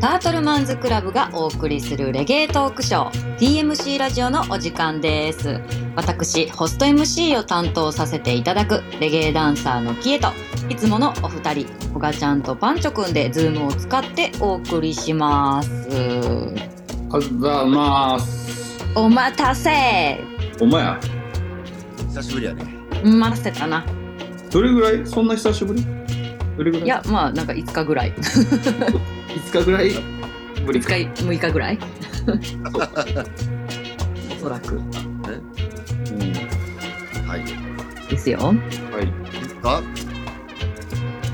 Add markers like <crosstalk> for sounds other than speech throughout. タートルマンズクラブがお送りするレゲエトークショー TMC ラジオのお時間です私ホスト MC を担当させていただくレゲエダンサーのキエといつものお二人ほがちゃんとパンチョくんでズームを使ってお送りしますあざます。お待たせお前や。久しぶりやね。待たせたなどれぐらいそんな久しぶりどれぐらいいやまあなんか5日ぐらい5日ぐらいぶり5日6日ぐらいおそらくうんはい。ですよはい。あ、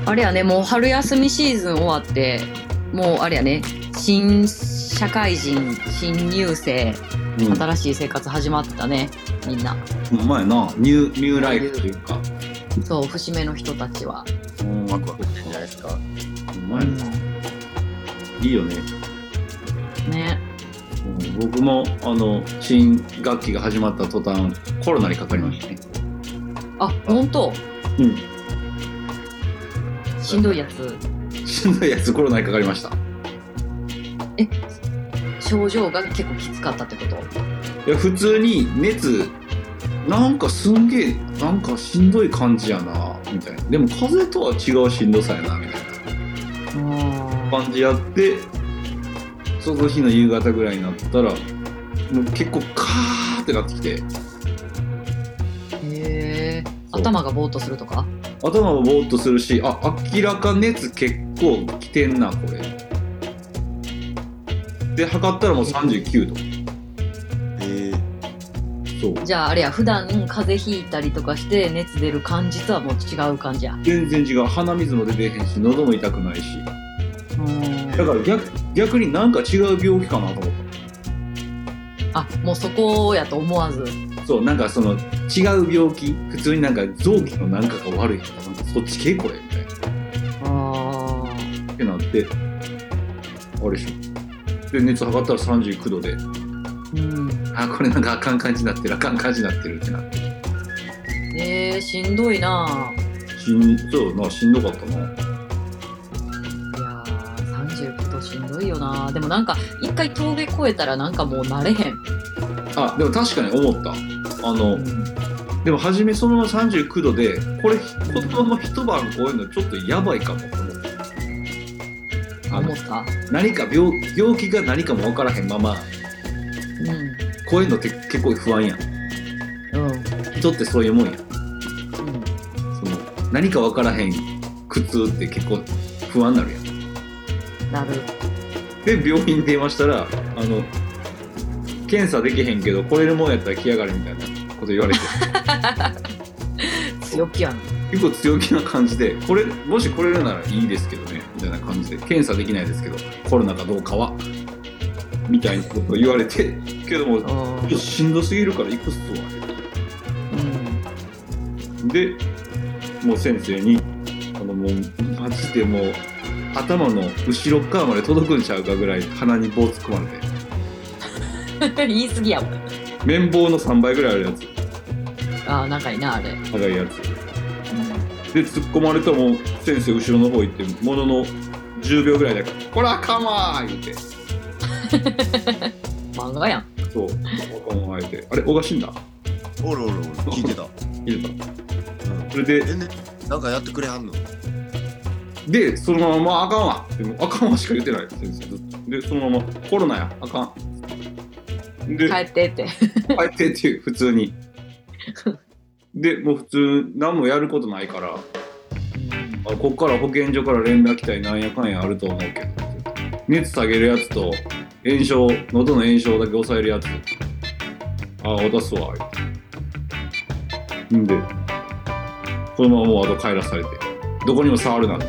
あれやね、もう春休みシーズン終わって、もうあれやね、新社会人、新入生、新しい生活始まったね、みんな。うん、ほんまやな。ニュー、ニューライフというか。そう、節目の人たちは。うん、ワクワクしてんじゃないですか。ほんまやな。いいよね。ね。うん僕も、あの、新学期が始まった途端、コロナにかかりましたね。あ、本当うしんどいやつ。ん。 <laughs> しんどいやつコロナにかかりました。え、症状が結構きつかったってこといや、普通に熱、なんかすんげえ、なんかしんどい感じやな、みたいな。でも風邪とは違うしんどさやな、みたいな。あ感じやってその日の夕方ぐらいになったらもう結構カーってなってきてーへえ。頭がぼーっとするとか頭もぼーっとするしあ明らか熱結構きてんなこれで測ったらもう39度ええそうじゃああれや、普段風邪ひいたりとかして熱出る感じとはもう違う感じや。全然違う鼻水も出てへんし喉も痛くないしうんだから逆逆になんか違う病気かなと思っあ、もうそこやと思わず。たそうなんかその違う病気普通になんか臓器のなんかが悪いとかなんかそっち系これみたいなああ。ってなってあれでしょで熱測ったら39度でうん。あこれなんかあかん感じになってるあかん感じになってるってなってえー、しんどいなぁ。いしんそうやなしんどかったなやー、39度しんどいよなぁ。でもなんか、一回峠越えたらなんかもう慣れへん。あでも確かに思ったあのでも初めそのまま39度でこれこのまま一晩こういうのちょっとやばいかもと思ったあ思のった。何か病病気が何かも分からへんままうこういうのって結構不安やん。んうん。人ってそういうもんやんうん。その何か分からへん苦痛って結構不安になるやんなる。で病院に電話したらあの検査できへんけどこれるもんやったら来やがれみたいなこと言われて強気やん。結構強気な感じでこれもし来れるならいいですけどねみたいな感じで検査できないですけどコロナかどうかはみたいなこと言われてけどもちょっとしんどすぎるからいくつとはうでもう先生にあのもうマジでもう頭の後ろ側まで届くんちゃうかぐらい鼻に棒突っ込まれてん。 <laughs> 言い過ぎやもん。綿棒の3倍ぐらいあるやつあー、仲いいな、あれ。長いやつで突っ込まれたもう先生後ろの方行ってものの10秒ぐらいだけこれあかんわ!」言うて漫画やん。そう考えて「あれおが死んだ?おるおるおる、聞い <laughs> てた。う」入れたんそれでえ、ね、なんかやってくれはんのでそのまま「あかんわ!」ってもうあかんわ」しか言ってない先生ずっとでそのまま「コロナやあかん」で帰ってって。帰ってっていう普通にでもう普通何もやることないからあこっから保健所から連絡来たりなんやかんやあると思うけど熱下げるやつと炎症喉の炎症だけ抑えるやつあ渡すわんでこのままもうあと帰らされてどこにも触るなって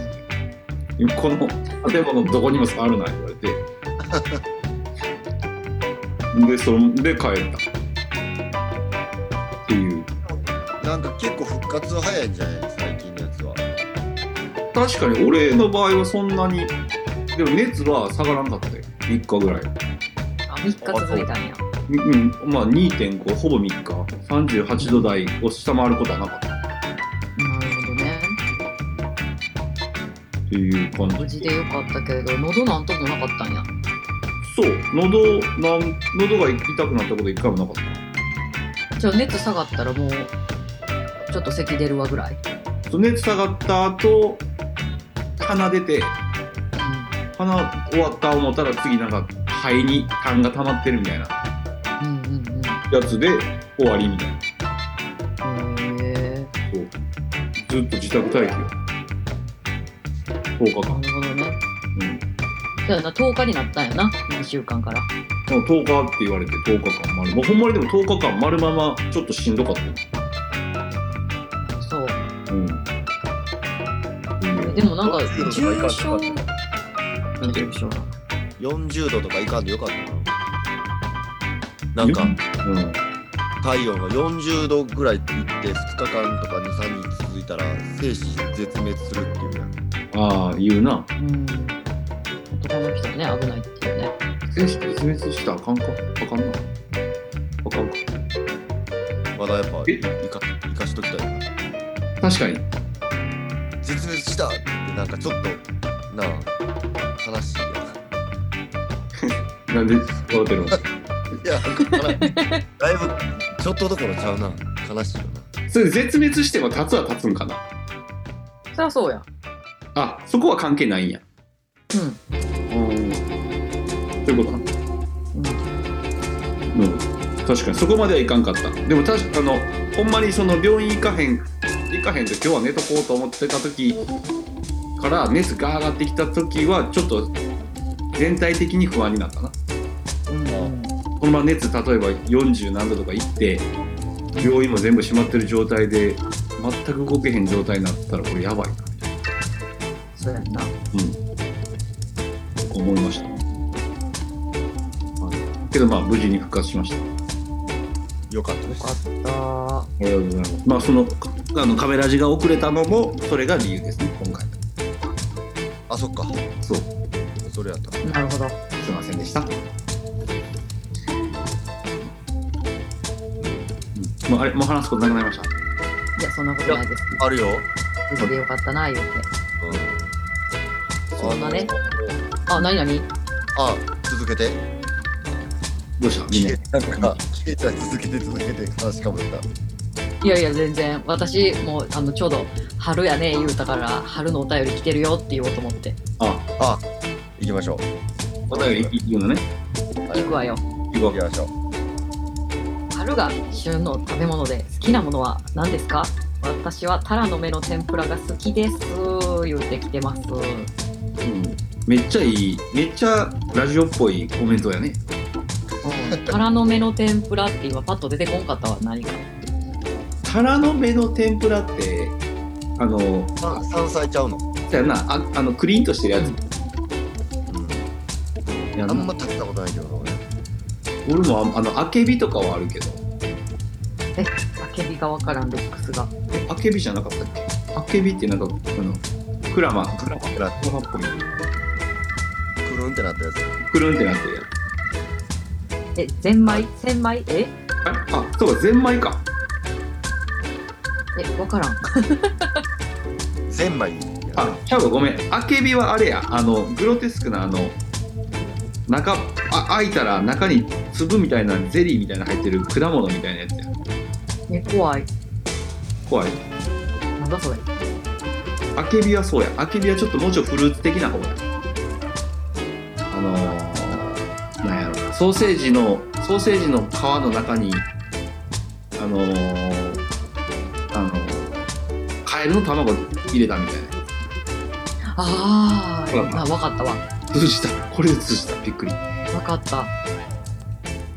この建物のどこにも触るなって言われてでそんで帰ったっていうなんか結構復活は早いんじゃない最近のやつは。確かに俺の場合はそんなにでも熱は下がらんかったよ3日ぐらいあ、3日続いたんや。うんまあ2.5ほぼ3日38度台を下回ることはなかったなるほどね。っていう感無じ事でよかったけれど喉なんともなかったんやそう喉なん喉が痛くなったこと一回もなかっじゃあ熱下がったらもうちょっと咳出るわぐらい、たそう熱下がった後鼻出て鼻終わった思ったら次なんか肺に痰が溜まってるみたいなうん、うんうんうんやつで終わりみたいなへえそうずっと自宅待機よ10なる日間ほどねうんそうやな10日になったんやな2週間からでも10日って言われて10日間丸、まあ、ほんまにでも10日間丸ままちょっとしんどかったよそううん、でもなんか重40症度とかいかんとかなんて重症40度とかいかんでよかったななんかうん体温が40度ぐらいいって2日間とか23日続いたら精子絶滅するっていうやんああ言うなうん男の人ね危ないっていうね選手絶滅したらあかんかあかんなあかんかまだやっぱえいか生かしときたいな確かに絶滅したってなんかちょっとなあ悲しいやんなんで笑ってるのいや、だいぶちょっとどころちゃうな。悲しいよそれ絶滅しても立つは立つんかなそりゃそうやあそこは関係ないんやう、うんそういうことなんうんうん確かにそこまではいかんかったでも確かあのほんまにその病院行かへん行かへんと今日は寝とこうと思ってた時から熱が上がってきた時はちょっと全体的に不安になったなうんこのまま熱例えば40何度とかいって病院も全部閉まってる状態で全く動けへん状態になったらこれやばいなそうやんなと思いました、はいけどまあ無事に復活しましたな。よかったです。あありがとうございます。まあそのあのカメラ字が遅れたのもそれが理由ですね今回。あ、そっか。そうそれやった。ーなるほどすいませんでした。うんもうあれもう話すことなくなりました。いやそんなことないですあるよ。無事でよかったな言うてうん。そんなねあの。あ何何あ、続けて。どうしたみん消え。なたなんか、消えた続けて続けて話かぶった。いやいや全然私もうあのちょうど春やね言うたから春のお便り来てるよって言おうと思ってああ、行きましょう。お便り言うのね。はい行くわよ行くわ行きましょう。春が旬の食べ物で好きなものは何ですか私はタラの芽の天ぷらが好きです言うてきてますうんめっちゃいいめっちゃラジオっぽいコメントやね。タラの芽の天ぷらって今パッと出てこんかったわ何かタラの芽の天ぷらってあのさ山菜ちゃうの。そうやなああのクリーンとしてるやつうやん。なあんま食べたことないけどな。俺もああのあけびとかはあるけどあけびがわからんルックスがえあけびじゃなかったっけあけびってなんかあのクラマクラマ俺。クラマっぽいくるんってなったやくるんってなってるやつえゼンマイゼンマイえああそうかゼンマイかえわからんつ。ゼンマイやね。あちゃうわごめんあけびはあれやあのグロテスクなあの中あ開いたら中に粒みたいなゼリーみたいな入ってる果物みたいなやつやえ怖い怖いなんだそれあけびはそうやあけびはちょっともうちょいフルーツ的な方やあのー、なんやろなソーセージのソーセージの皮の中にあのー、あのー、カエルの卵入れたみたいなあーほらあわかったわ <laughs> 通じたこれで通じたびっくりわかった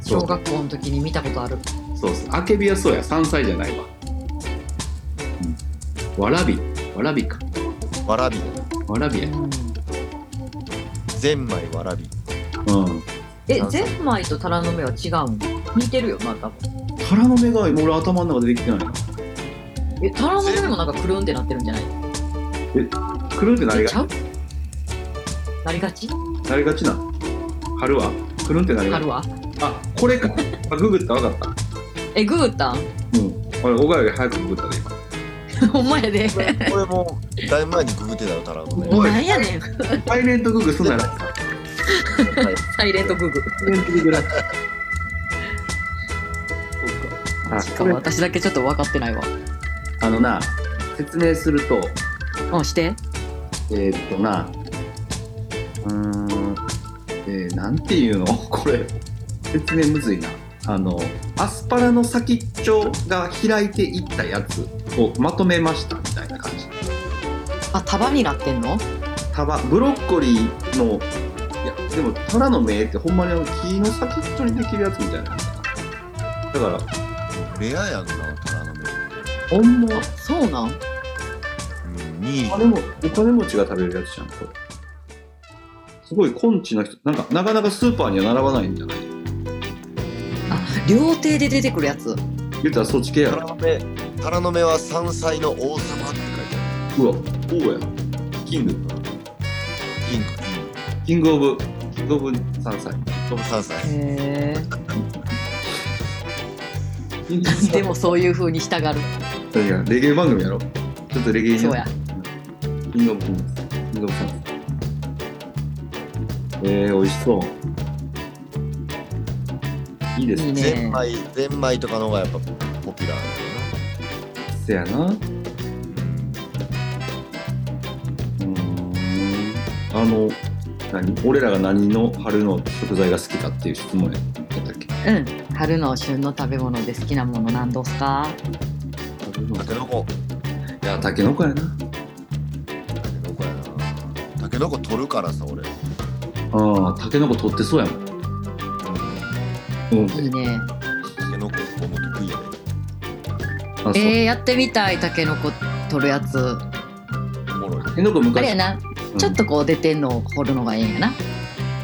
そ小う学校の時に見たことあるそうそうあけびはそうや山菜じゃないわ、うん、わらびわらびかわらび。わらびうやんゼンマイわらび。うんえなんすゼンマイとタラの芽は違うん似てるよな多分タラの芽が今俺頭の中出てきてないなえタラの芽もなんかくるんってなってるんじゃないくるんってなりえがちゃうなりがちなりがちな春はくるんってなりあがるちわあこれかあググったわかったえグータン <laughs> うん俺小川より早くググったでほんまやで。これこれもだいぶ前にググってたよタラゴね。おいなんやねん。サイレントグーグーすんなら。サはいサイレントグーグー。イレントグーグーらしいしそかうもか。あ、こ私だけちょっと分かってないわ。れあのな、説明すると、うん、して。えー、っとな、うーん、えー、なんていうの <laughs> これ、説明むずいな。あの、アスパラの先っちょが開いていったやつをまとめましたみたいな感じ。あ、束になってんの束、ブロッコリーの、いや、でも、タラの芽ってほんまにあの木の先っちょにできるやつみたいな。だから、レアやんなタラの芽。ほんまあ、そうなんうんにお金もお金持ちが食べるやつじゃんこれすごい根治な人なんかなかなかスーパーには並ばないんじゃないあ、料亭で出てくるやつ。言ったらそっち系やタラろの芽タラの芽は山菜の王様って書いてあうわ王やキングる。ピンクピンク。キングオブキングオブ山菜トム山菜。へキングオブえ。でもそういう風に従る。山菜いやレゲエ番組やろちょっとレゲエにそうや。キングオブキングキングオブ山菜えー、美味しそういいですいいねねゼンマイゼンマイとかの方がやっぱポピュラーせやなだよな。うーんあの何俺らが何の春の食材が好きかっていう質問やったっけうん。春の旬の食べ物で好きなもの何どすか春のタケノコ。いやタケノコやなタケノコやな。タケノコ取るからさ俺。ああタケノコ取ってそうやもんうんいいね。タケノコ僕も得意やで。あそうえー、やってみたい、たけのこ取るやつ。おもろい。タケノコあれや昔な、うんちょっとこう出てんのを掘るのがええんやな。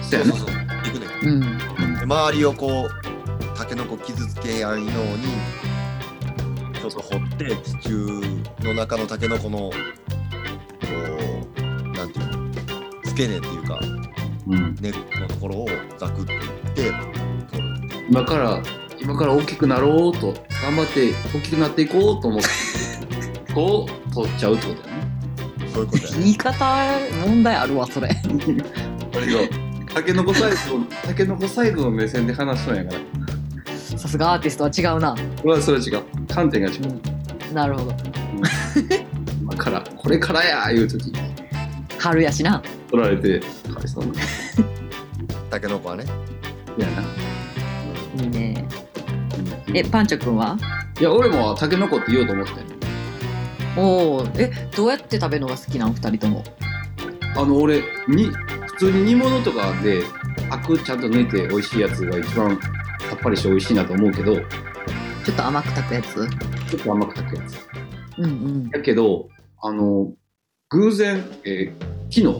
そうやなそう。行くね。うん。で周りをこうタケノコ傷つけやんようにちょっと掘って地中の中のタケノコのこうなんていうの付け根っていうかうん根っこのところをザクっていって取る今から今から大きくなろうと頑張って大きくなっていこうと思 <laughs> ってこう取っちゃうってことやねそういうことやね言い方、問題あるわ、それ。 <laughs> これがタケノコサイズのタケノコサイズの目線で話しとんやからさすがアーティストは違うな。俺はそれは違う観点が違ううん。なるほど。今からこれからやいう時春やしな。取られてかわいそうなタケノコはねやな、いいね。うんえ、パンチョくんはいや俺もタケノコって言おうと思っておお、え、どうやって食べるのが好きなん、二人とも。あの俺に普通に煮物とかでアクちゃんと抜いて美味しいやつが一番さっぱりして美味しいなと思うけどちちょっと甘く炊くやつ。ょっと甘く炊くやつうんうん。だけどあの偶然、えー昨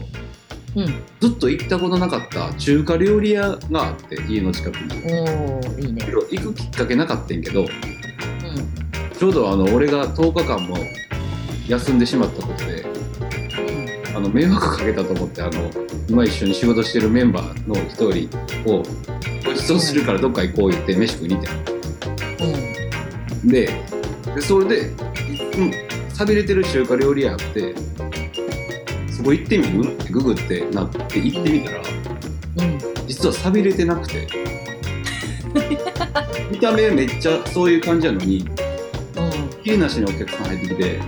う日ん。ずっと行ったことなかった中華料理屋があって家の近くにおお、いいね。行くきっかけなかったんやけどうん。ちょうどあの俺が10日間も休んでしまったことであの迷惑かけたと思ってあの今一緒に仕事してるメンバーの一人をごちそうするからどっか行こう言って飯食いに行ってうん。んででそれでうん寂れてる中華料理屋あってそこ行ってみるってググってなって行ってみたらうん。実は寂れてなくて見た目めっちゃそういう感じやのにうん。ひれなしにお客さん入ってきて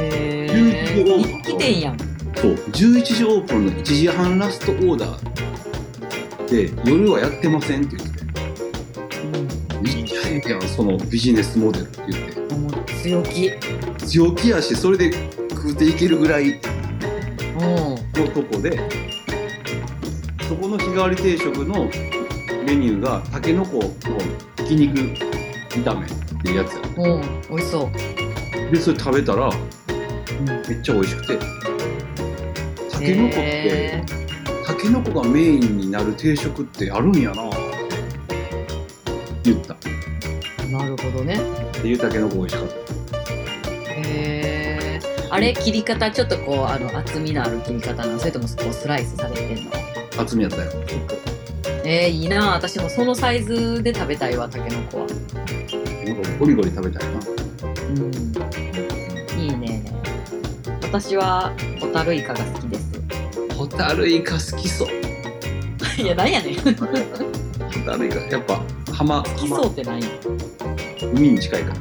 へ有え。料一気店やん。そう11時オープンの1時半ラストオーダーで夜はやってませんって言っていいやんそのビジネスモデルって言っうん。もう強気。て強気やしそれで食うていけるぐらうん。いのとこでそこの日替わり定食のメニューがたけのこのひき肉炒めっていうやつやうん。美味しそう。でそれ食べたらうん。めっちゃ美味しくてたけのこってたけのこがメインになる定食ってあるんやなって言ったなるほどね。でゆたけのこ美味しかったへえ。あれ切り方ちょっとこうあの厚みのある切り方なのそれともこうスライスされてんの厚みやったよえー、いいな私もそのサイズで食べたいわたけのこはなんかゴリゴリ食べたいなうん私はホタルイカが好きですホタルイカ好きそう。 <laughs> いやなんやねん好ホタルイカ、やっぱ浜、き浜そうってないい海に近いから。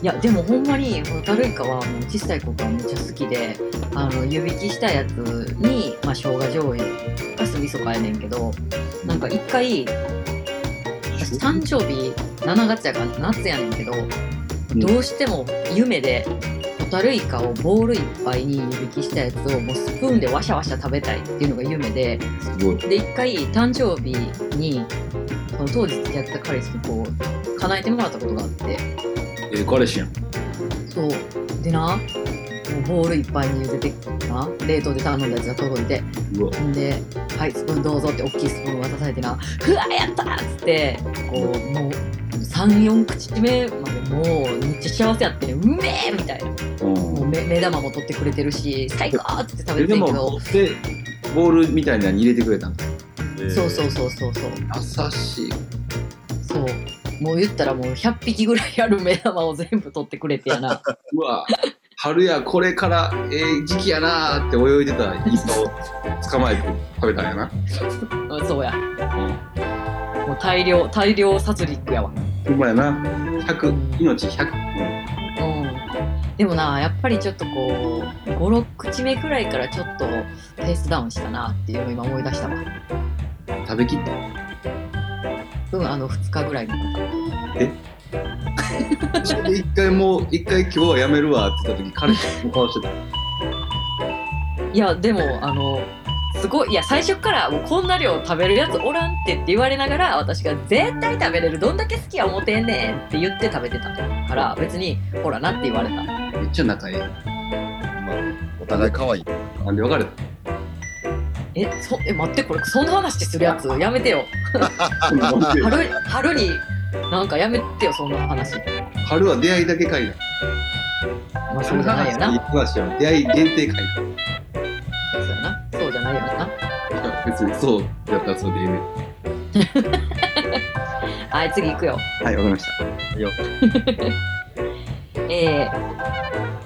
やでもほんまにホタルイカはもう小さい子からめっちゃ好きであの湯引きしたやつに、まあ、生姜醤油か酢味噌かやねんけどなんか一回私誕生日7月やから夏やねんけど、んどうしても夢でホタルイカをボールいっぱいに湯引きしたやつをもうスプーンでワシャワシャ食べたいっていうのが夢ですごい。で一回誕生日にその当時付き合ってた彼氏にこう叶えてもらったことがあってええ彼氏やん。そうでなもうボールいっぱいに茹でてな冷凍で頼んだやつが届いてうわ。んで「はいスプーンどうぞ」って大きいスプーン渡されてな「ふわやった!」っつってこうもう34口目までもうめっちゃ幸せやって「うめえ!」みたいなもううん。め目玉も取ってくれてるし「最高!」っつって食えべでてんけもど、で、ボールみたいなのに入れてくれたんだ。そうそうそうそうそう優しい。そうもう言ったらもう100匹ぐらいある目玉を全部取ってくれてやな <laughs> うわ。春やこれからええ時期やなーって泳いでたイカを捕まえて食べたんやな。うんそうやうんもう大量大量殺戮やわほんまやな。100、命100。うんでもなやっぱりちょっとこう56口目くらいからちょっとペースダウンしたなっていうのを今思い出したわうん、食べきった。うんあの2日ぐらいにそれで一回もう、一回今日はやめるわって言った時、彼氏の顔してた。いやでもあのすごいいや最初からもうこんな量食べるやつおらんってって言われながら私が「絶対食べれるどんだけ好きや思てんねん」って言って食べてたから別に「ほらな」って言われためっちゃ仲いい。なまあ、お互い可愛い。んで別れ <laughs> たえそえ待ってこれそんな話するやつやめてよなんで春春になんかやめてよそんな話春は出会いだけ会だ。まあそうじゃないよな話は出会い限定会だ。そうやなそうじゃないよないや、別にそうだったらそうでいいね。はい次行くよはい、わかりました。えー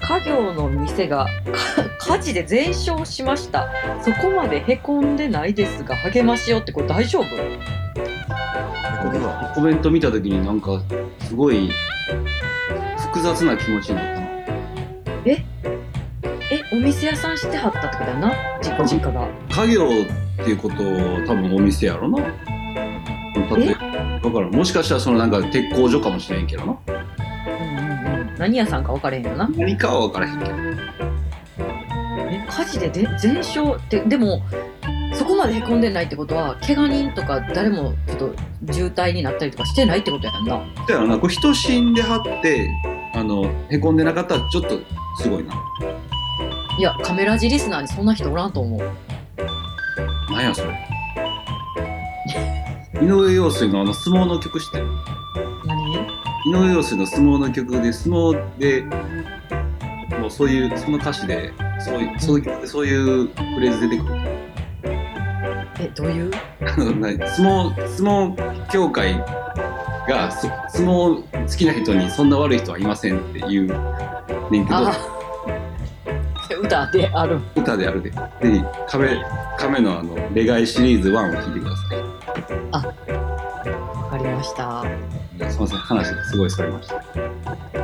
家業の店がか火事で全焼しましたそこまでへこんでないですが励ましようってこれ大丈夫これはコメント見た時になんか、すごい、複雑な気持ちになったな。えお店屋さんしてはったってことやな実家実家が家業っていうことを多分お店やろな。だって、だからもしかしたらそのなんか鉄工所かもしれんけどな。うんうんうん何屋さんか分かれへんよな何かは分からへんけど。え火事でで全焼ってでもそこまでへこんでないってことは怪我人とか誰もちょっと渋滞になったりとかしてないってことやんなだよな、これ人死んではって、あの、へこんでなかったらちょっとすごいな。いやカメラジリスナーにそんな人おらんと思うなんやそれ。井上陽水のあの相撲の曲知ってる何井上陽水の相撲の曲で相撲でもうそういうその歌詞でそういうそういう曲でそういうフレーズ出てくるえどういうあのない相撲相撲協会がそ相撲好きな人にそんな悪い人はいませんっていうねんけどああ <laughs> 歌である歌であるでぜひ亀亀のあの「レガイ」シリーズ1を聴いてくださいわかりましたいやすいません話がすごいそれましたいや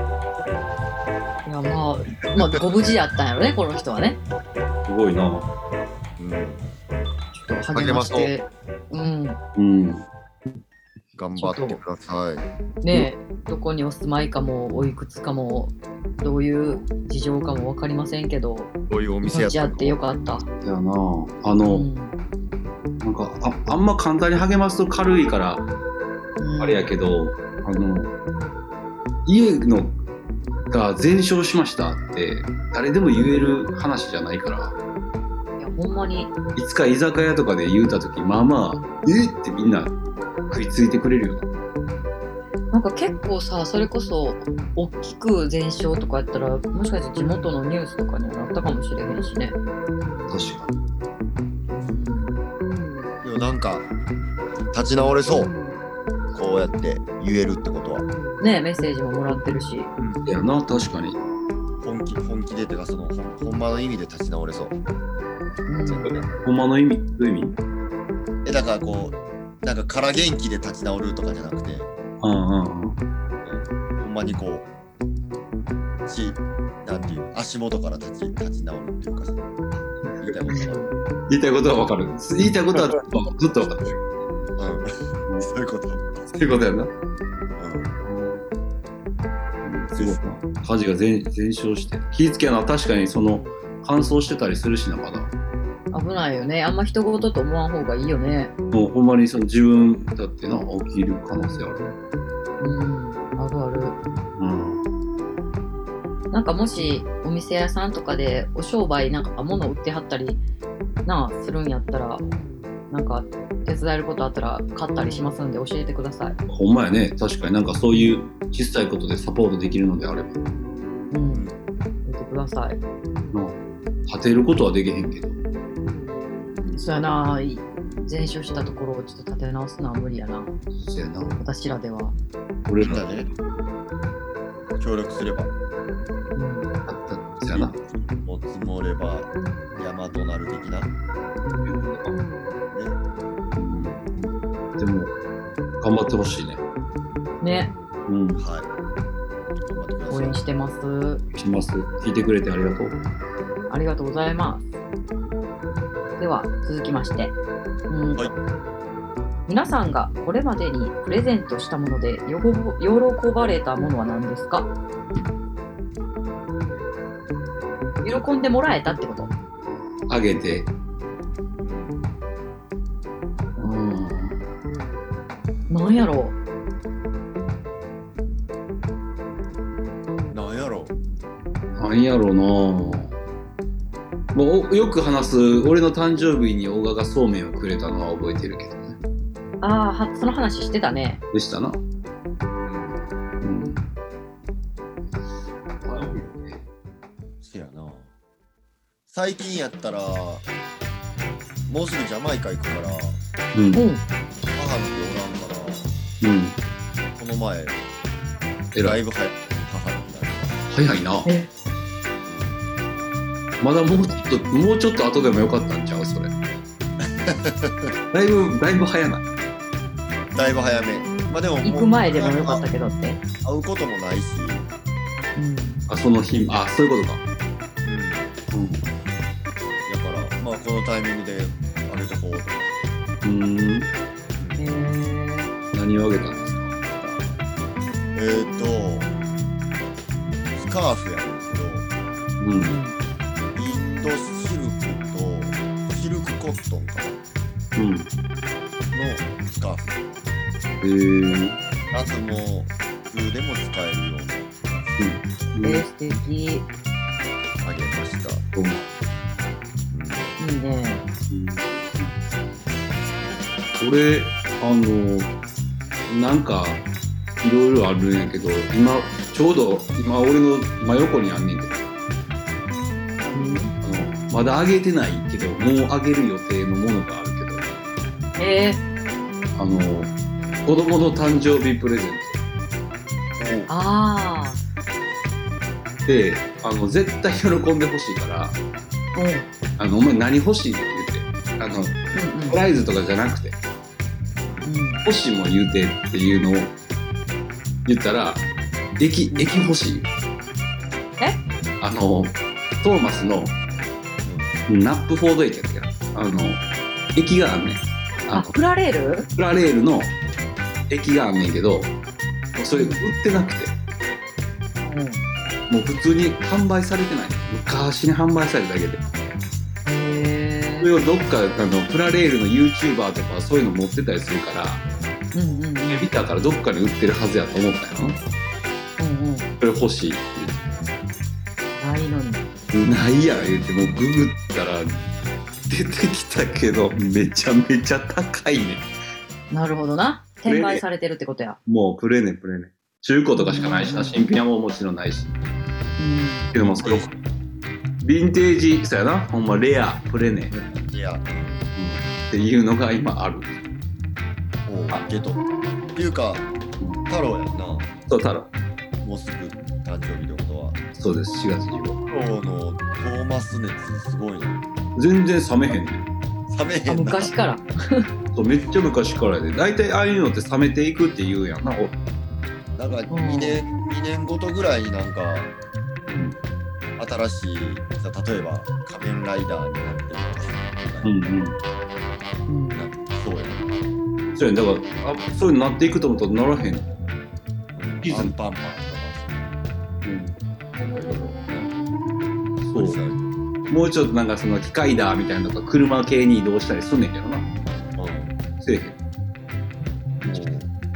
まあまあご無事やったんやろねこの人はねすごいなうん、ちょっと励ましてうんうん頑張ってください。ねえどこにお住まいかもおいくつかもどういう事情かも分かりませんけどどういうお店無やっ事たやのってよかっただよなあうの、ん、なんかああんま簡単に励ますと軽いからうんあれやけど、あの、家のが全焼しましたって、誰でも言える話じゃないから、いやほんまにいつか居酒屋とかで言うたとき、まあまあ、えっってみんな食いついてくれるよ。なんか結構さそれこそ大きく全焼とかやったらもしかして地元のニュースとかにはなったかもしれへんしね、確かでもなんか立ち直れそう。こうやって言えるってことはねえメッセージももらってるしに。だよな、確かに。本気本気でっていうかそのほんほんまの意味で立ち直れそうほんまの意味どういう意味えだからこうなんか空元気で立ち直るとかじゃなくてうんうんうんほんまにこうしなんていう足元から立ち立ち直るっていうかさ言いたいこと言いたいことはわかる言いたいことはずっとわかるずっとわかるがある、うん、 <laughs> そういうこと、うん、そういうことやなすごいな火事が全全焼して気付けやな確かにその乾燥してたりするしなまだ危ないよねあんま人事と思わん方がいいよねもうほんまにその自分だってな起きる可能性あるうんあるあるうんなんかもしお店屋さんとかでお商売なんか物売ってはったりなあするんやったらなんか手伝えることあったら買ったりしますんで教えてくださいほんまやね確かになんかそういう小さいことでサポートできるのであればうん言ってくださいな立てることはできへんけどそうやな全焼したところをちょっと立て直すのは無理やなそうやな私らでは、俺みんらなで協力すればうんだったんやなも積もれば山となる的な、ね、でも頑張ってほしいねねうんはい頑張ってくだ応さい援してますします聞いてくれてありがとうありがとうございます。では続きまして、うんはい皆さんがこれまでにプレゼントしたものでよご喜ばれたものは何ですか喜んでもらえたってことあげてうんなんやろなんやろなんやろうなもうおよく話す俺の誕生日に大賀がそうめんをくれたのは覚えてるけどねうああその話してたねでしたなうんあせやな最近やったらもうすぐジャマイカ行くから母のうんうん日おらんうんからこの前えらだいいぶ早く母の日にな早いなえまだもうちょっともうちょっと後でもよかったんちゃう <laughs> それだいぶだいぶ早ないるだいぶ早めまあでももう行く前でもよかったけどって、会うこともないし、うん、あその日あそういうことかうだからまあこのタイミングであげとこうと思ってんうんえー何をあげたんですかえー、っとスカーフやねんですけどうんビートシルクとシルクコットンかなうんのスカーフえー、あともう風でも使えるようにえー、素敵いいあげました、どうもね俺あのなんかいろいろあるんやけど今ちょうど今俺の真横にあんねんけどうんあのまだあげてないけどもうあげる予定のものがあるけどえー、あの子供の誕生日プレゼンああトであの絶対喜んでほしいからうんうんあの「お前何欲しい?」って言ってあのプライズとかじゃなくてうんうん「欲しいもん言うて」っていうのを言ったら「駅駅欲しい」えあのトーマスのナップフォード駅やったっけなあの駅があんねんああ、のプラレールプラレールの駅があんねんけどそれ売ってなくてもう普通に販売されてない昔に販売されただけでへそれをどっかあのプラレールの YouTuber とかそういうの持ってたりするからうんうんうんビターからどっかに売ってるはずやと思ったようんうんそれ欲しいってないのに言ってないやん言ってもうググったら出てきたけどめちゃめちゃ高いねなるほどな転売されてるってことやもうプレネプレネ中古とかしかないしな新品はもうもちろんないしうんけどもそれヴィンテージそうやなほんまレアプレネっうん、いやていうのが今あるおうゲットっていうか太郎やんなそう太郎もうすぐ誕誕生日ってことは。そうです4月15今日のトーマス熱すごいね。全然冷めへんね冷めへあんな。昔からそうめっちゃ昔からやで大体ああいうのって冷めていくって言うやんなおなんか2年、2年ごとぐらいになんか、新しい、さ例えば仮面ライダーになってます。うんうんうんなんかそうやね。そうやんだからあそういうのなっていくと思ったらならへん、リズムアンパンマンとかそうそううんもうちょっとなんかその機械だみたいなのとか車系に移動したりすんねんけどなもせえへんう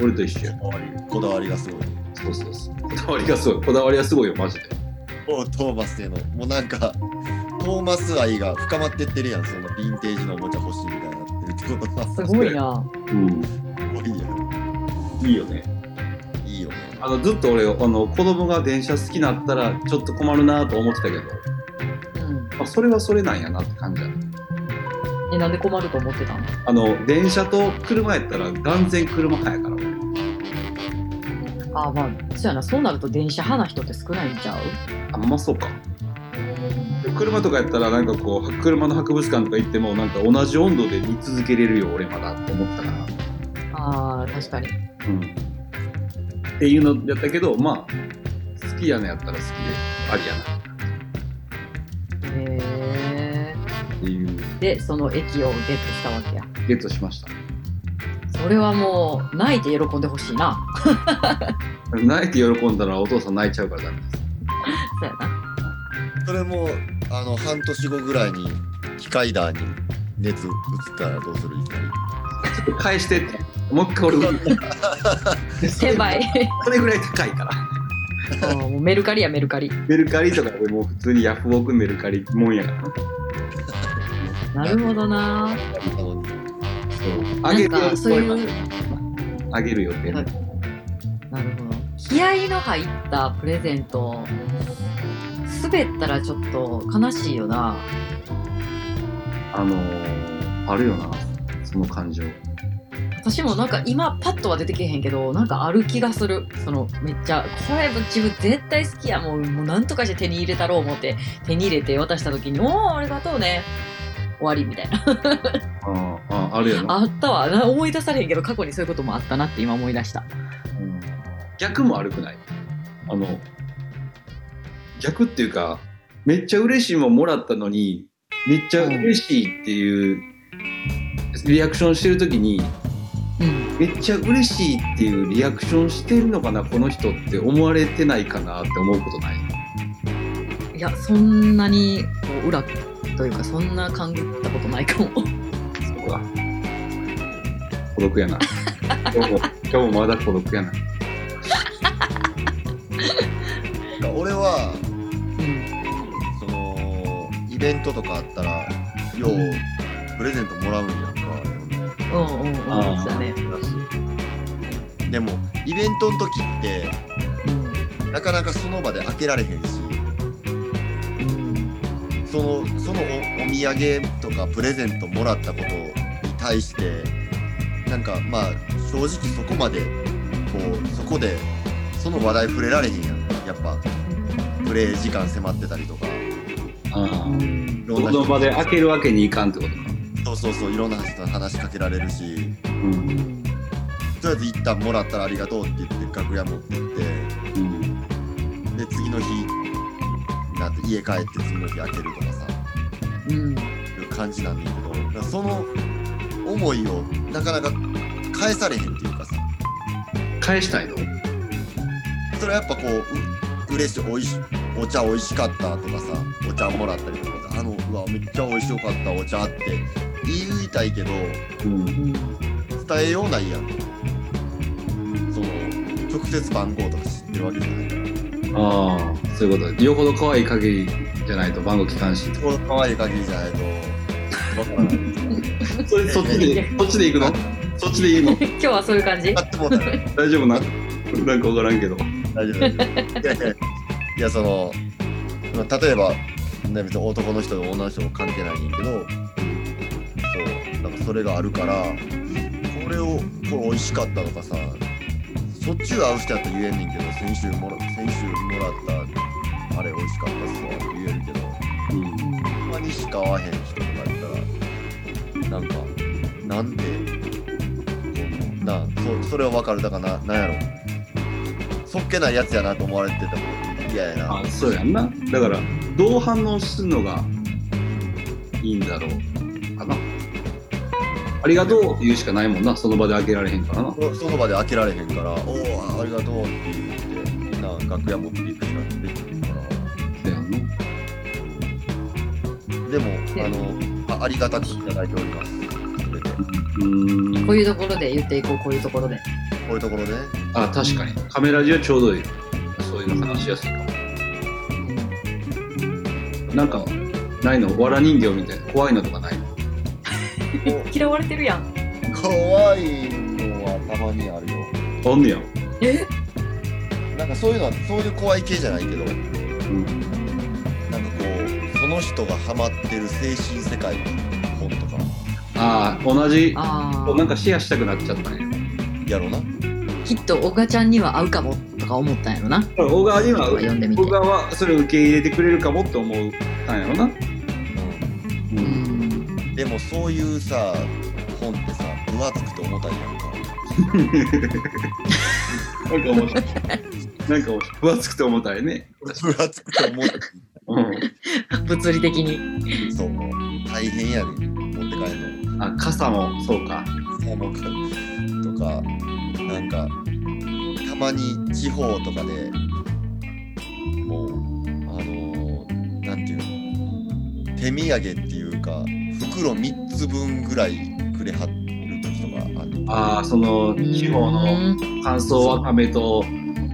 俺と一緒やこだわりがすごい。そうそうそうこだわりがすごいこだわりがすごいよマジでもうトーマスへの、もうなんか、トーマス愛が深まってってるやん、そのヴィンテージのおもちゃ欲しいみたいになってるってことは。すごいなうんすごいやん。いいよねいいよね。あのずっと俺あの子供が電車好きになったらちょっと困るなと思ってたけど、うんまあ、それはそれなんやなって感じだえなんで困ると思ってたのあの電車と車やったら断然車派やから俺あまあそうやなそうなると電車派な人って少ないんちゃうあんまそうか車とかやったらなんかこう車の博物館とか行ってもなんか同じ温度で煮続けれるよ俺まだって思ってたからあー確かにっていうのやったけどまあ好きやのやったら好きでありやなへえっていうでその駅をゲットしたわけやゲットしましたそれはもう泣いて喜んでほしいな泣いて喜んだらお父さん泣いちゃうからダメですそうやなそれも、あの、半年後ぐらいに、機械ダーに熱移ったらどうするいきなり。ちょっと返してってもう一回俺転売 <laughs> <laughs> それぐらい高いからうんもうメルカリやメルカリメルカリとかでもう普通にヤフオクメルカリもんやからななるほどなあのそうあなげんるよかそういうあげるよってはいなるほど気合の入ったプレゼント滑ったらちょっと悲しいよなあのー、あるよなその感情私もなんか今パッとは出てけへんけどなんかある気がするそのめっちゃこれ自分絶対好きやもうもうなんとかして手に入れたろう思って手に入れて渡した時に「おおありがとうね」終わりみたいなああああるよな、あったわな思い出されへんけど過去にそういうこともあったなって今思い出したうん逆も悪くないあの逆っていうかめっちゃ嬉しいもんもらったのにめっちゃ嬉しいっていうリアクションしてる時にうんめっちゃ嬉しいっていうリアクションしてるのかなこの人って思われてないかなって思うことないいやそんなにこう裏というかそんな勘ぐったことないかもそこが孤独やな今日も今日もまだ孤独やな俺は、うんそのイベントとかあったらようプレゼントもらうんやんかうんうんうんあーそうだねでもイベントの時ってなかなかその場で開けられへんしうんうんそのそのおお土産とかプレゼントもらったことに対してなんかまあ正直そこまでこうそこでその話題触れられへんやんやっぱプレイ時間迫ってたりとかあうあいんろこんな人の場で開けるわけにいかんってことか、そうそうそういろんな人と話しかけられるしうんうんとりあえず一旦もらったらありがとうって言って楽屋持って行ってうんで次の日なんて家帰って次の日開けるとかさうんいう感じなんだけどだからその思いをなかなか返されへんっていうかさ返したいのそれはやっぱこうう嬉しいおいしお茶おいしかったとかさお茶もらったりとかさあのうわめっちゃおいしかったお茶って言いたいけどうんうん伝えようないやんその直接番号とか知ってるわけじゃないからああそういうことよほど可愛い限りじゃないと番号聞かんしこの可愛い限りじゃないとわからないそれそっちでそっちで行くのそっちでいいの今日はそういう感じあってもうたら大丈夫ななんか分からんけど大丈夫大丈夫いやそのまあ例えば、ね、別に男の人と女の人も関係ないんやけどそうなんかそれがあるからこれをこれ美味しかったとかさしょっちゅう会う人やったら言えんねんけど先週もら先週もらったあれ美味しかったっすわって言えるけどうんほんまにしか会わへん人とかやったらなんかなんでこうなそそれは分かるだからななんやろそっけないやつやなと思われてたもん嫌やなあそうやんなだからどう反応するのがいいんだろうかなありがとうって言うしかないもんなその場で開けられへんからなそその場で開けられへんから「おおありがとう」って言ってみんな楽屋持っていくしかできへんから。そうやんなでも、あの、あありがたくいただいております。それでこうーんこういうところで言っていこうこういうところでういうところでね、あ確かにカメラじはちょうどいいそういうの話しやすいかもなんかないのわら人形みたいな怖いのとかないの嫌われてるやん怖いのはたまにあるよ。あんねや、えなんかそういうのは、そういう怖い系じゃないけど、なんかうん、こう、その人がハマってる精神世界の本とか、ああ同じあなあんかシェアしたくなっちゃったねやろな。きっとおがちゃんには合うかもとか思ったんやろな小川には読んでみて小川はそれを受け入れてくれるかもって思ったんやろな、ううう、んん。でもそういうさ、本ってさ、分厚くて重たいやんか。なんか面白い。なんか面白い。分厚くて重たいね。分厚くて重たい。うん。物理的にそう、大変やねん。持って帰るの。あ、傘もそうか。項目とかなんかたまに地方とかでもうあのーなんていうの手土産っていうか袋3つ分ぐらいくれはる時とかあんねんああ、その地方のうん乾燥わかめと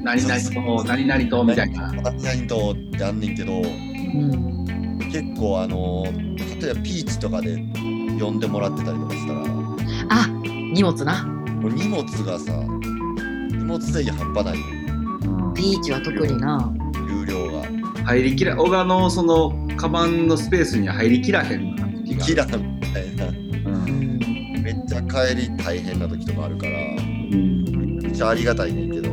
何々と何々とみたいな。何々とってあんねんけどうん結構あのー例えばピーチとかで呼んでもらってたりとかしたらもあ荷物なう荷物がさ荷物制限半端ないねビーチは特にな有料が。入りきら、小川のそのカバンのスペースに入りきらへんな時が。キラみたいな。う。うんんめっちゃ帰り大変な時とかあるからめうんっちゃありがたいねんけど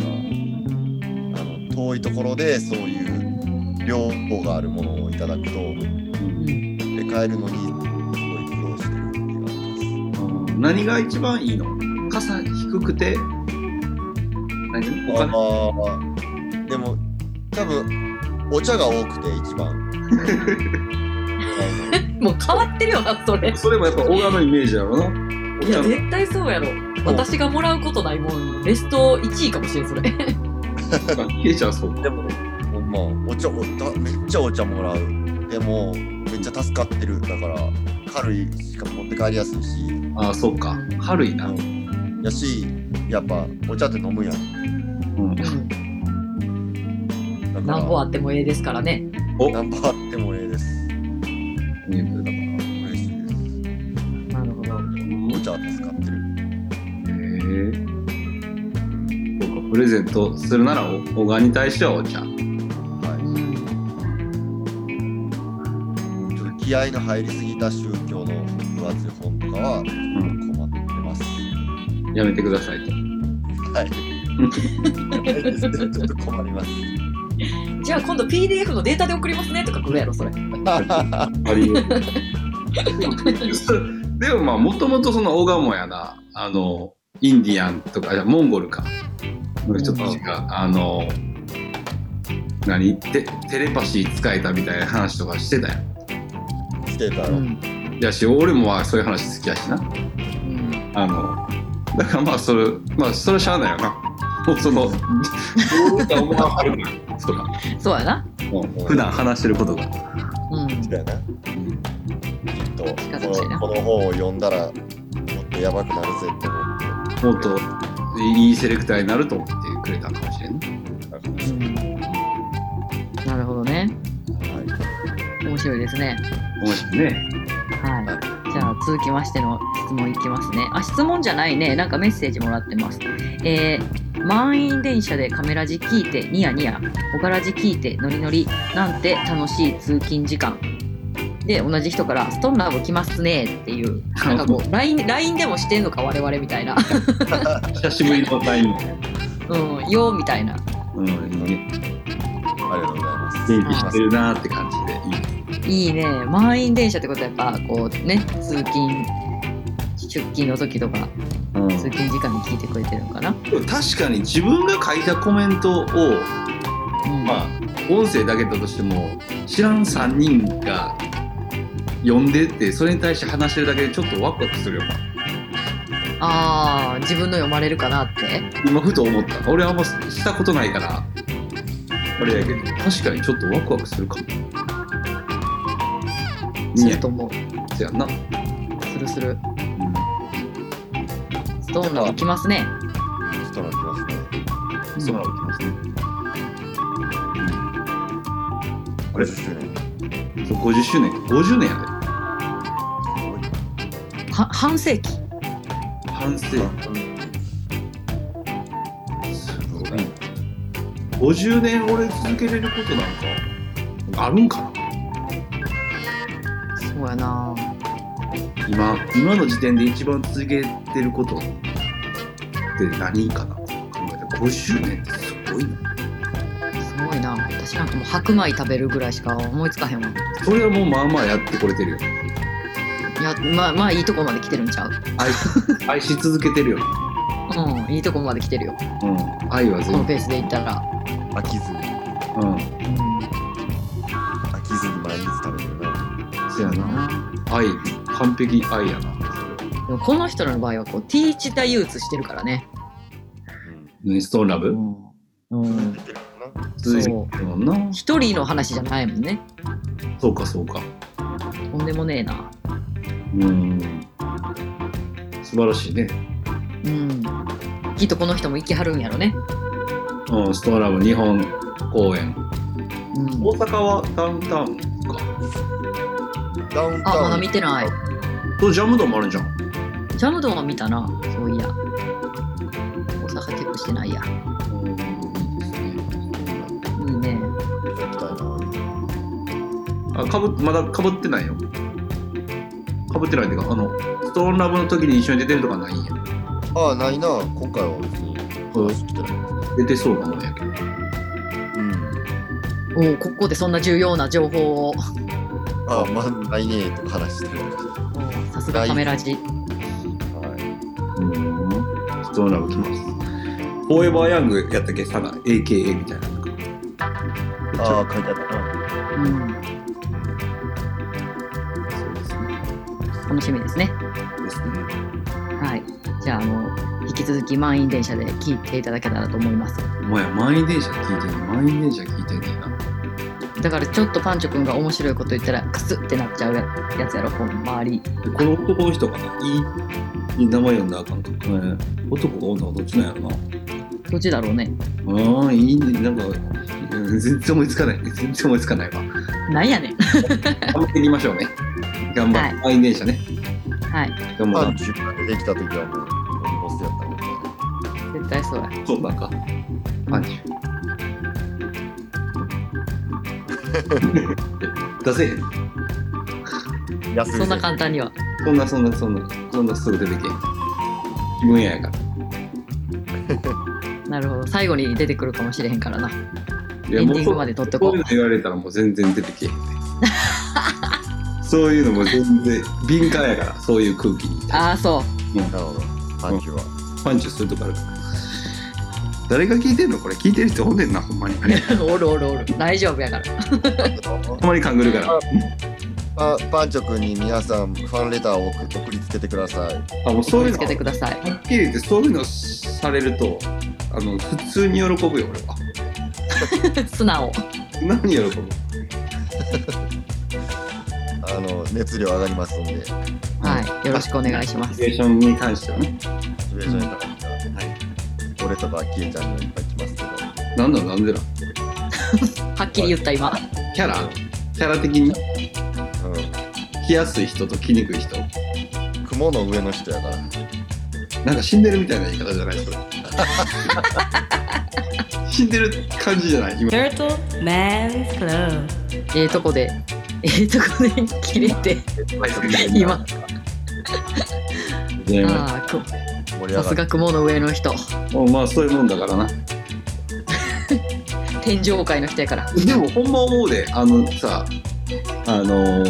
まああの遠いところでそういう両方があるものをいただくとでうん帰るのにすごい苦労してるっていうのがありうん何が一番いいの傘低くて何まお金すあーでも多分お茶が多くて一番もう変わってるよなそれそれもやっぱ小川のイメージだろうな。おいや茶絶対そうやろ私がもらうことないもんベスト1位かもしれんそれとか消えちゃうそう。でもほんまお茶おだめっちゃお茶もらうでもめっちゃ助かってるだから軽いしかも持って帰りやすいしああ、そうか。軽いな。やしやっぱお茶って飲むやんうんだから何本あってもええですからねお何本あってもええですだから嬉しいでなるほどすお茶使ってるへえそうかプレゼントするならお小川に対してはお茶はうんいちょっと気合いの入りすぎた宗教の分厚い本とかは困ってます、やめてくださいと <laughs> はいちょっと困りますじゃあ今度 PDF のデータで送りますねとか来るやろそれありえるそう <laughs> でもまあもともとその小川もやなあのインディアンとかいやモンゴルかの人たちがあの何テテレパシー使えたみたいな話とかしてたよしてたら、うんやし俺もまあそういう話好きやしなうんあの、だからまあそれ、まあそれはしゃあないよな。もうその、どうか思わはるから、そうか。そうやなもう普段話してることが。うんみたいなきっとこ方ないなのこの本を読んだらもっとやばくなるぜって思ってもっといいセレクターになると思ってくれたかもしれんな。うんなるほどねはい面白いですね面白いね。はい。じゃあ続きましての質問いきますね。あ、質問じゃないね。なんかメッセージもらってます。えー、満員電車でカメラジ聞いてニヤニヤ、おからじ聞いてノリノリなんて楽しい通勤時間。で同じ人から「ストンラボ来ますね」っていうなんか <laughs> こう LINE, LINE でもしてんのか我々みたいな久しぶりのタイム。 「うんよ」みたいなうん、いいね。ありがとうございます。元気してるなーって感じでいい。いいね満員電車ってことはやっぱこうね通勤出勤の時とかうん、通勤時間に聞いてくれてるのかな、確かに自分が書いたコメントうを、んまあ、音声だけだとしても知らん3人が呼んでってそれに対して話してるだけでちょっとワクワクするよあー自分の読まれるかなって今ふと思った俺はあんましたことないからあれやけど確かにちょっとワクワクするかもすニヤると思うつやんな、するするストーンラボ来ますねストライクますね。うん、そうなのきますねこれですね。そう50周年50年やは半世紀で半世紀すごい50年俺続けれることなんかあるんかなそうやな今今の時点で一番続けてることって何かな考えたら50年ってすごいなすごいな私なんかもう白米食べるぐらいしか思いつかへんわそれはもうまあまあやってこれてるよいやまあまあいいとこまで来てるんちゃう愛し愛し続けてるよ、うんいいとこまで来てるようん、愛はこの全ペースでいったら飽きずに、部うんうん飽きずに毎日食べてるな。そやな愛完璧愛やなそれはでもこの人らの場合はこうティーチ・ダ・ユースしてるからねねストーンラブううんん。てるか続いてるもんな一人の話じゃないもんねそうかそうかとんでもねえなうん素晴らしいね、うんきっとこの人も行きはるんやろねうん、ストーンラブ日本公演うん大阪はダウンタウンかな。ダウンタあウン。まだ見てないとジャムドンもあるじゃんジャムドンは見たなそういや大阪チェックしてないやいいねみたいな。あかぶまだかぶってないよかぶってないっていうかあのストーンラブの時に一緒に出てるとかないんやああ、ないな。今回は別に話来てない。出てそうかもんやけどうん。おおここでそんな重要な情報をああ、まあ、ないねとか話してる。さすがカメラジはい。うんストーンラブ来ますフォーエバーヤングやったっけサナ AKA みたいななんかああ、書いてあったな。うんそうですね楽しみですねですねはいじゃああの引き続き満員電車で聞いていただけたらと思いますお前満員電車聞いてんね満員電車聞いてんねんなだからちょっとパンチョくんが面白いこと言ったらクスってなっちゃうやつやろこの周りでこの男の人かないい名前呼んだらあかんとか、ね、男か女かどっちなんやろなどっちだろうねああ、いいね。なんか、うん全然思いつかない。全然思いつかないわ。なんやねん頑張っていきましょうね。頑張って。満員電車ね。はい頑ま張あ、っ自分でできた時はもう、お荷物やったもんね。絶対そうやて。そうなんか。パンチ。 <laughs> 出せへん。安いそんな簡単にはそんなそんなそんな、そんなすぐ出てけん。気分屋やから。なるほど最後に出てくるかもしれへんからない <laughs> エンディンそグうまで取ってここうういうの言われたらもう全然出てけへん <laughs> ね。そういうのも全然敏感やから、そういう空気に。ああそなるほど。パンチは。パンチするとこあるから。誰が聞いてんのこれ聞いてる人おんねんな、ほんま <laughs> に。うおるおるおる大丈夫やからたまに勘ぐるから。パパンチョ君に皆さんファンレターを送って送りつけてください。あもうそうい気うをつのけてくださいはっきり言ってそういうのされるとあの普通に喜ぶよ俺は。素直何喜ぶあの熱量上がりますんで、モチはいよろしくお願いしますシチュエーションに関してはね。ベーションに高いから、俺とかキエちゃんにはいっぱい来ますけど、なんだなんでだはっきり言った今キャラキャラ的に来やすい人と来にくい人うん、雲の上の人やから、なんか死んでるみたいな言い方じゃないそれ <laughs> 死んでる感じじゃない今ええとこでええとこで切れて今 <laughs> ありがとございまああくうございます盛り上さすがが雲の上の人すもうまあそういうもんだからな天上界の人やからでもほんま思うであのさあの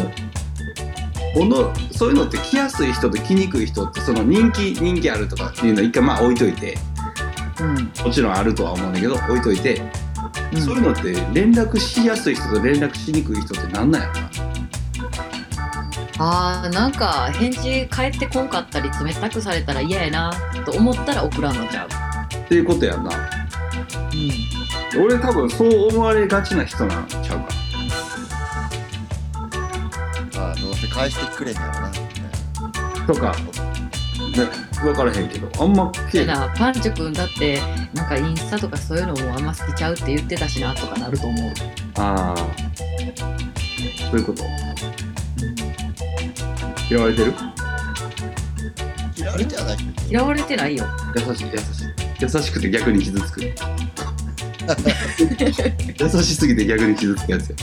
おのそういうのって来やすい人と来にくい人ってその人気人気あるとかっていうの一回まあ置いといてうん、もちろんあるとは思うんだけど置いといて、うんそういうのって連絡しやすい人と連絡しにくい人ってなんなんやろなあーなんか返事返ってこんかったり冷たくされたら嫌やなと思ったら送らんのちゃう、っていうことやんな俺多分そう思われがちな人なんちゃうかあどうせ返してくれへんやろなとかね分からへんけどあんまうけん、だからパンチョくんだってなんかインスタとかそういうのもあんま好きちゃうって言ってたしなとかなると思うああそういうこと嫌われてる嫌われてはないけど嫌われてないよ優しい優しい優しくて逆に傷 <laughs> つく優しすぎて逆に傷つくやつや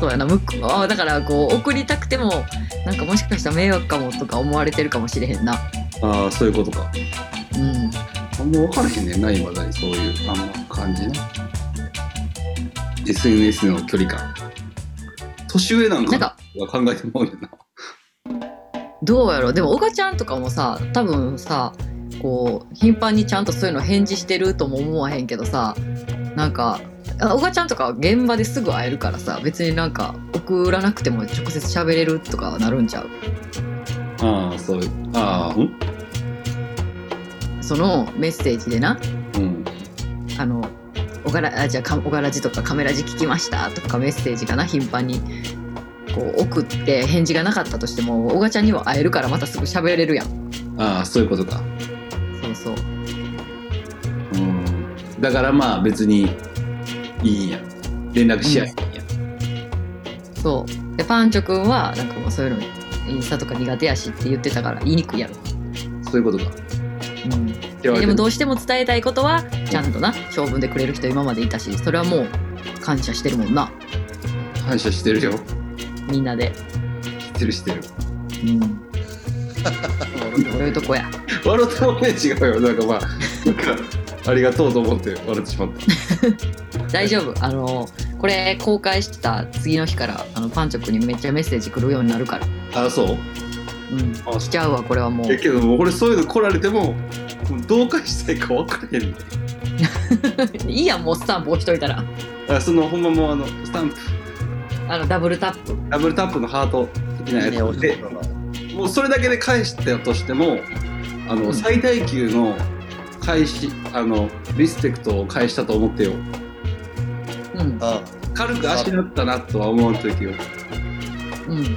そうやな向こうあーだからこう送りたくてもなんかもしかしたら迷惑かもとか思われてるかもしれへんなああそういうことかうんあんま分からへんねんないまだにそういうあんま感じね SNS の距離感年上なんなんかかは考えてもらうよなどうやろうでも小賀ちゃんとかもさ多分さこう頻繁にちゃんとそういうの返事してるとも思わへんけどさなんかあ小賀ちゃんとかは現場ですぐ会えるからさ別になんか送らなくても直接喋れるとかなるんちゃうああそういうああうんそのメッセージでなうんあの小柄あじゃあか小柄じとかカメラじ聞きましたとかメッセージかな頻繁にこう送って返事がなかったとしても小賀ちゃんには会えるからまたすぐ喋れるやんああそういうことかそうそううんだからまあ別にいいんや連絡し合いいんや、そうでパンチョくんはなんかもうそういうのインスタとか苦手やしって言ってたから言いにくいやろ、そういうことかうん、嫌ででわれてもるどうしても伝えたいことはちゃんとな性分でくれる人今までいたしそれはもう感謝してるもんな反射してるよみんなでしてる <laughs> してるうんそうそういうとこや笑ったもね違うよなんかまあなんかありがとうと思って笑ってしまった大丈夫あのこれ公開した次の日からあのパンチョくんにめっちゃメッセージ来るようになるからあそううんあ来ちゃうわこれはもうやけどもう俺そういうの来られてももうどう返したいか分からへんねいいやんもうスタンプ押しといたらあそのほんまもうあのスタンプあのダブルタップダブルタップのハート的なねや押しつてでくれなもうそれだけで返したとしてもあの、うん最大級の返しあのリスペクトを返したと思ってようんあ軽く足なったなとは思う時ようん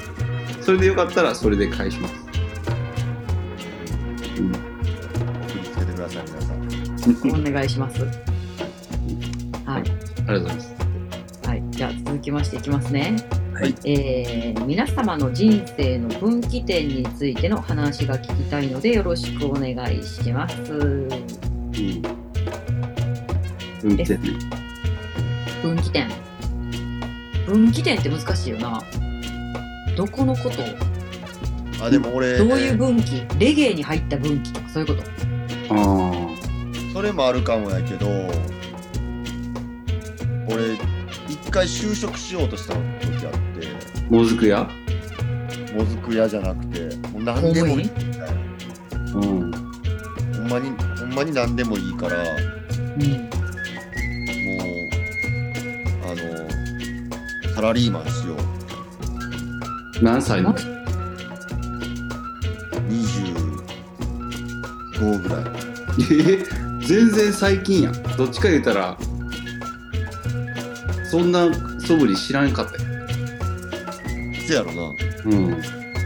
それでよかったらそれで <laughs> 返します送りつけてください皆さんお願いします。はい、ありがとうございますはい、じゃあ続きましていきますね。はいえー皆様の人生の分岐点についての話が聞きたいのでよろしくお願いします。うん運転分岐点。分岐点って難しいよな。どこのこと、あでも俺どういう分岐、レゲエに入った分岐とかそういうこと。ああそれもあるかもやけど俺一回就職しようとした時あっもずくやてもずく屋じゃなくてもう何でもいいみたいなうんほんまにほんまに何でもいいからもううん。あのサラリーマンしよう何歳の25ぐらいえ <laughs> 全然最近やんどっちか言うたらそんな素振り知らんかったよせやろなうん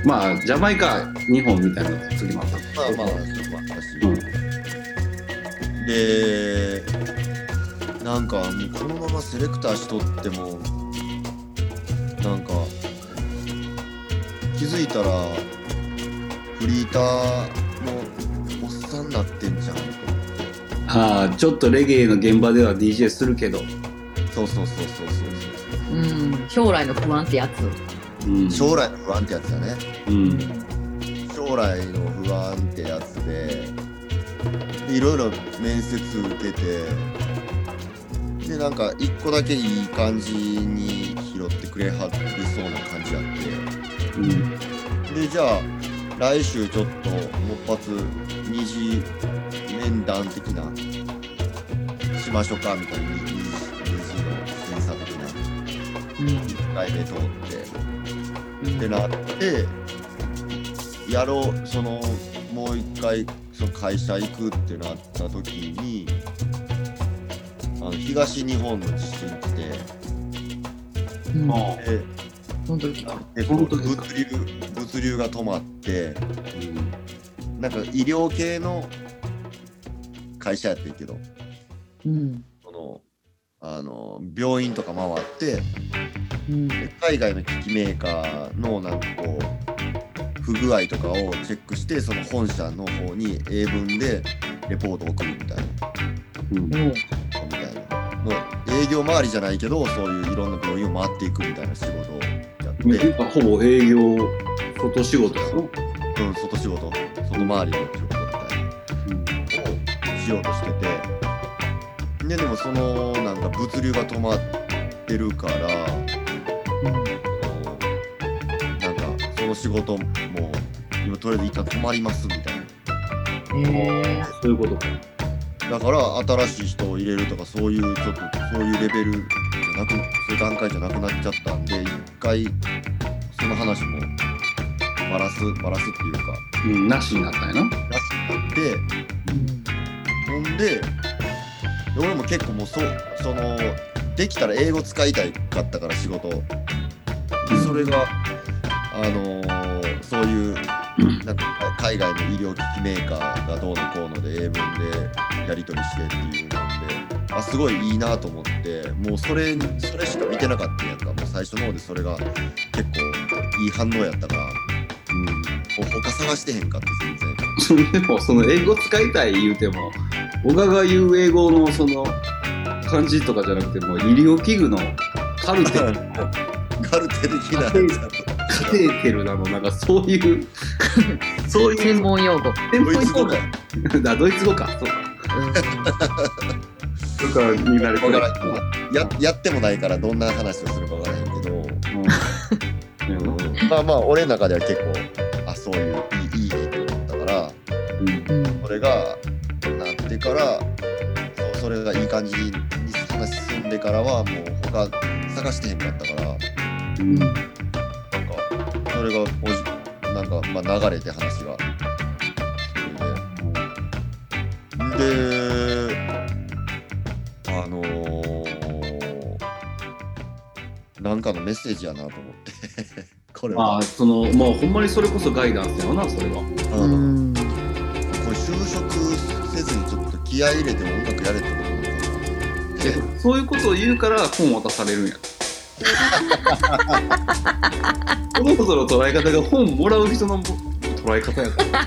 まあジャマイカ日本みたいな時もあったまあまあそうあったし、でなんかもうこのままセレクターしとってもなんか気づいたらフリーターのおっさんになってんじゃんとああちょっとレゲエの現場では DJ するけどそうそうそうそうそうそううん。将来の不安ってやつ。うん将来の不安ってやつだねうん将来の不安ってやつでいろいろ面接受けてでなんか一個だけいい感じに拾ってくれはるそうな感じやっうんてでじゃあ来週ちょっともっぱつ二次面談的なしましょうかみたいな二次二次の検査的なうん。 1回目通って。ってなってやろうそのもう一回その会社行くってなった時にあの東日本の地震来てうん。ああでその時か。結構本当ですか物流物流が止まってなんか医療系の会社やってんけどうん。そのあの病院とか回ってうん。で海外の機器メーカーのなんかこう不具合とかをチェックしてその本社の方に英文でレポートを送るみたいなうんおうみたいなの営業周りじゃないけどそういういろんな病院を回っていくみたいな仕事をやって、うんていうかほぼ営業外仕事やろうん、外仕事外回りの仕事みたいなをしようとしててででもそのなんか物流が止まってるから。なんかその仕事も今とりあえず一旦止まりますみたいうん。えそういうことかなだから新しい人を入れるとかそういうちょっとそういうレベルじゃなくそういう段階じゃなくなっちゃったんで一回その話もバラすバラすっていうかうんなしになったんやななしってほんでで俺も結構もうそそのできたら英語使いたかったから仕事でそれがあのーそういううんなんか海外の医療機器メーカーがどうのこうので英文でやり取りしてっていうのであすごいいいなと思ってもうそれそれしか見てなかったやんかもう最初の方でそれが結構いい反応やったからもう他探してへんかって全 <laughs> 然うんでもその英語使いたい言うても小川が言う英語のその漢字とかじゃなくてもう医療器具のカルテガルテ的なやつだとカテーテルなのなんかそ <laughs> ういうそうえ。いう専門用語。専ドイツ語だだよ <laughs> だドイツ語かそうかそれから見られてわるからんややってもないからどんな話をするかわからへんけど、うんうんまあまあ俺の中では結構あそういういいいいねって思ったからうんうん。それがなってからそうそれがいい感じに話進んでからはもう他探してへんかったからなんかうんそれがおじなんかまあ流れて話がそれでであのーなんかのメッセージやなと思ってこれまはあそのまあほんまにそれこそガイダンスやろなそれはあのうん。これ就職せずにちょっと気合い入れて音楽やれってことなのかなえそういうことを言うから本渡され <laughs> るんやそのことの捉え方が本もらう人の捉え方やから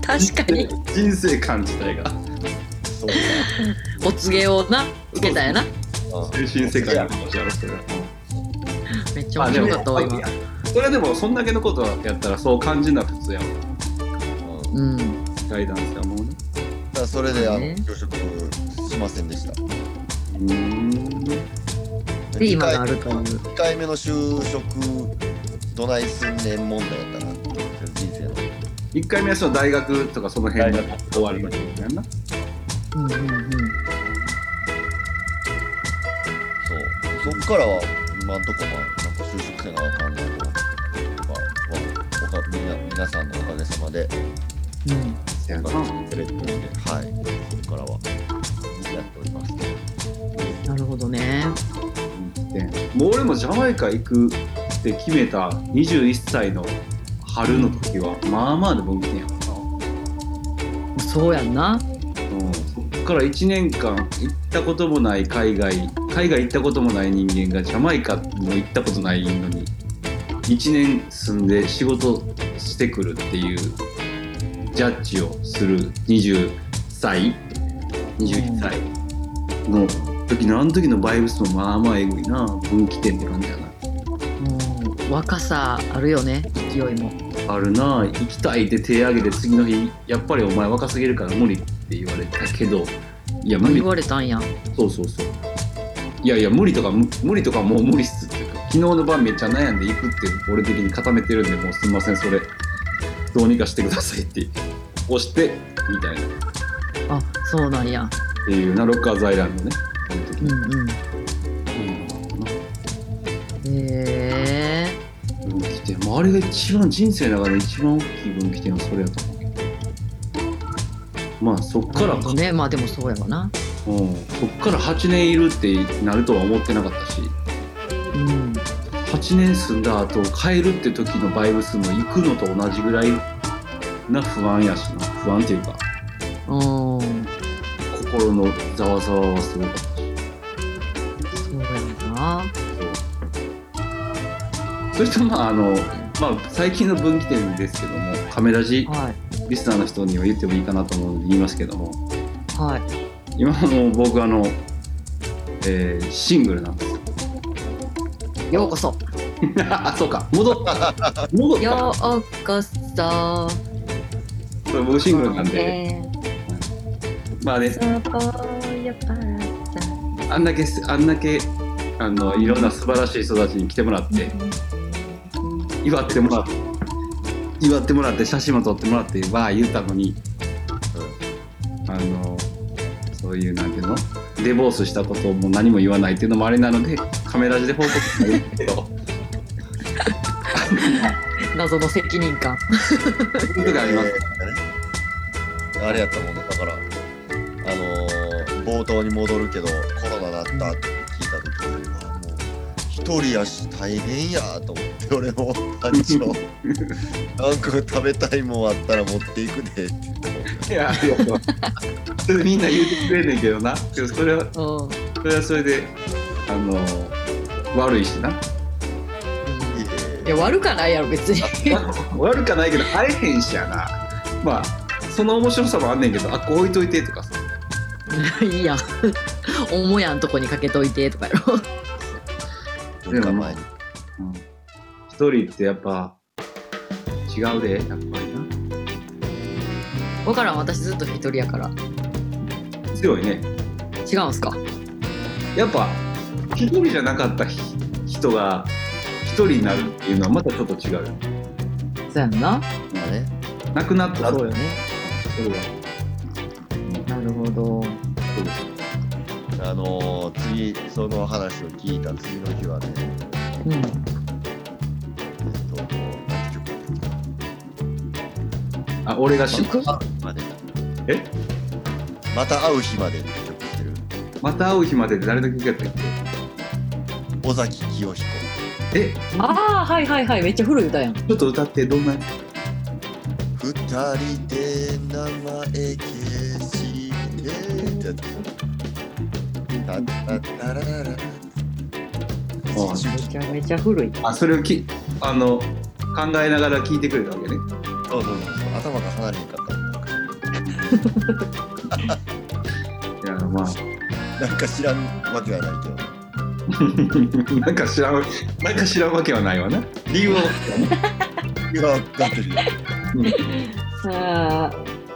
確かに。人生観自体がそうお告げをな。受けたやな。か精神世界の話やろそれはめっちゃまあ面で白もかったわ、今。それでもそんだけのことやったらそう感じな普通やもんうんうん。ガイダンスやもんねだからそれであのね就職しませんでしたで、今回があるという。 2回目の就職どないすんねん問題やったな人生の1回目はその大学とかその辺が大学終わりの時やんなうんうんうん。そうそっからは今んとこまあなんか就職せなあかんなと思ってまあまあおかみんな皆さんのおかげさまでうん。せやなやれてるんではいそっからはやっておりますなるほどね。もう俺もジャマイカ行くって決めた21歳の春の時はまあまあで分岐点やからな、そうやんな。うん、そっから1年間行ったこともない海外海外行ったこともない人間がジャマイカも行ったことないのに1年住んで仕事してくるっていうジャッジをする20歳21歳の時のあの時のバイブスもまあまあえぐいな分岐点って感じやなうん若さあるよね勢いもあるな行きたいって手挙げて次の日やっぱりお前若すぎるから無理って言われたけどいや無理言われたんやそうそうそういやいや無理とか無無理とかもう無理っすっていうか昨日の晩めっちゃ悩んで行くって俺的に固めてるんでもうすんませんそれどうにかしてくださいって押してみたいなっあそうなんやていうなロッカーズアイランドねあの時うんうんうんへえ分岐点もうあれが一番人生の中で一番大きい分岐点はそれやと思うけどまあそっなかるらほどねまあでもそうやわなうん、そっから8年いるってなるとは思ってなかったしうん8年住んだ後帰るって時のバイブスも行くのと同じぐらいな不安やしな不安っていうかうん心のざわざわはすごかったしそうやわなそれとまああの、まあ、最近の分岐点ですけどもカメラジはいリスナーの人には言ってもいいかなと思うので言いますけどもはい今も僕あの、えーシングルなんですよようこそ <laughs> あそうか戻った戻ったようこそそう僕シングルなんでまあねあんだけす、あんだけ、あの、いろんな素晴らしい人たちに来てもらって、祝ってもらって、祝ってもらって、写真も撮ってもらって、わあ言ったのに、あの、そういう、なんていうのデボースしたことをもう何も言わないっていうのもあれなので、カメラ字で報告するけど、謎の責任感そう <laughs> いうことがあります。えーあれやったもんねだからあのー冒頭に戻るけどコロナだったって聞いた時にはもう一人やし大変やと思って俺も誕生なんか食べたいもんあったら持っていくでって言っていや、ありがとう。それみんな言うてくれんねんけどな。けどそれは、うんうんそれはそれで、あの、悪いしな。いや悪かないやろ別に <laughs> 悪かないけど会えへんしやなまあその面白さもあんねんけどあこう置いといてとかさ <laughs> いいやん母やんとこにかけといてとかやろえ文化前に一人ってやっぱ違うでやっぱりな分からん私ずっと一人やから強いね違うんすかやっぱ一人じゃなかったひ人が一人になるっていうのはまたちょっと違うよねそうやんなまあねなくなったよねそれはなるほどそうですあのー次その話を聞いた次の日はねうんえっと何曲あ俺がしまた会う日までまたえ会う日までって曲してるまた会う日までって誰の曲やったっ尾崎清彦けえああはいはいはいめっちゃ古い歌やんちょっと歌ってどんな二人で名前消してたたたらららああめちゃめちゃ古いあそれをきあの考えながら聞いてくれたわけねそうそうそうそう頭が離れへんかったなんかいやまあなんか知らんわけはないけど <laughs> なんか知らん、なんか知らんわけはないわな。理由は、いや分かってるよさあ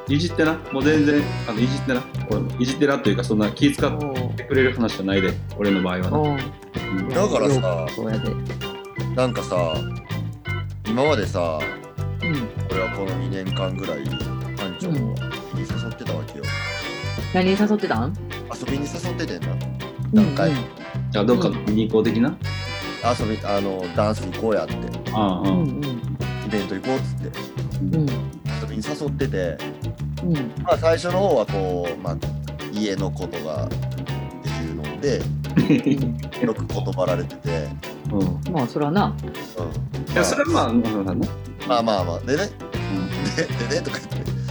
いじってな、もう全然、あの、いじってな、こういじってなというか、そんな気遣っおてくれる話じゃないで、俺の場合はな。おうんだからさそうやでうんなんかさ今までさ俺はこの2年間ぐらい班長をに誘ってたわけよ何に誘ってたん遊びに誘っててんな何回、うんじゃあ、どっか見に行こう的な。遊びあのダンス行こうやってイああ、う <laughs> うんん。ベント行こうっつってうんうん遊びに誘っててうんうんまあ、最初の方はこう、まあ、家のことがっていうのでよく断られてて、うん。まあそらなうんいや、それはまあ、まあまあね。まあまあまあでねででねとか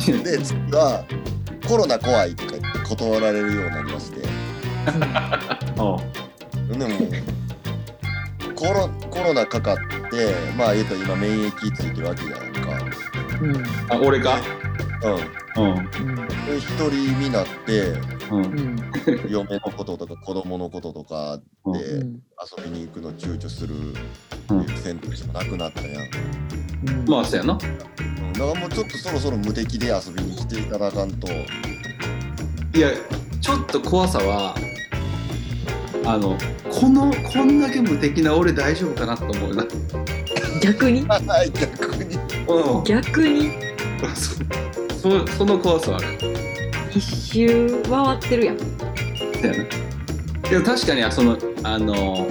言 <laughs> ってで次はコロナ怖いとか言って断られるようになりましてあでもコロコロナかかってまあ言うと今免疫ついてるわけじゃないかうんうんあ、俺か。うんうん。で一人になってうんうん嫁のこととか子供のこととかうんでう遊んびに行くの躊躇するっていう選択肢もなくなったやん。うんまあそうやなうんだからもうちょっとそろそろ無敵で遊びに来ていただかんと。いやちょっと怖さはあのこのこんだけ無敵な俺大丈夫かなと思うな逆にはい、逆に。うん逆に <laughs> そ <laughs> その怖さはある一周回ってるやんだよねでも確かにそのあの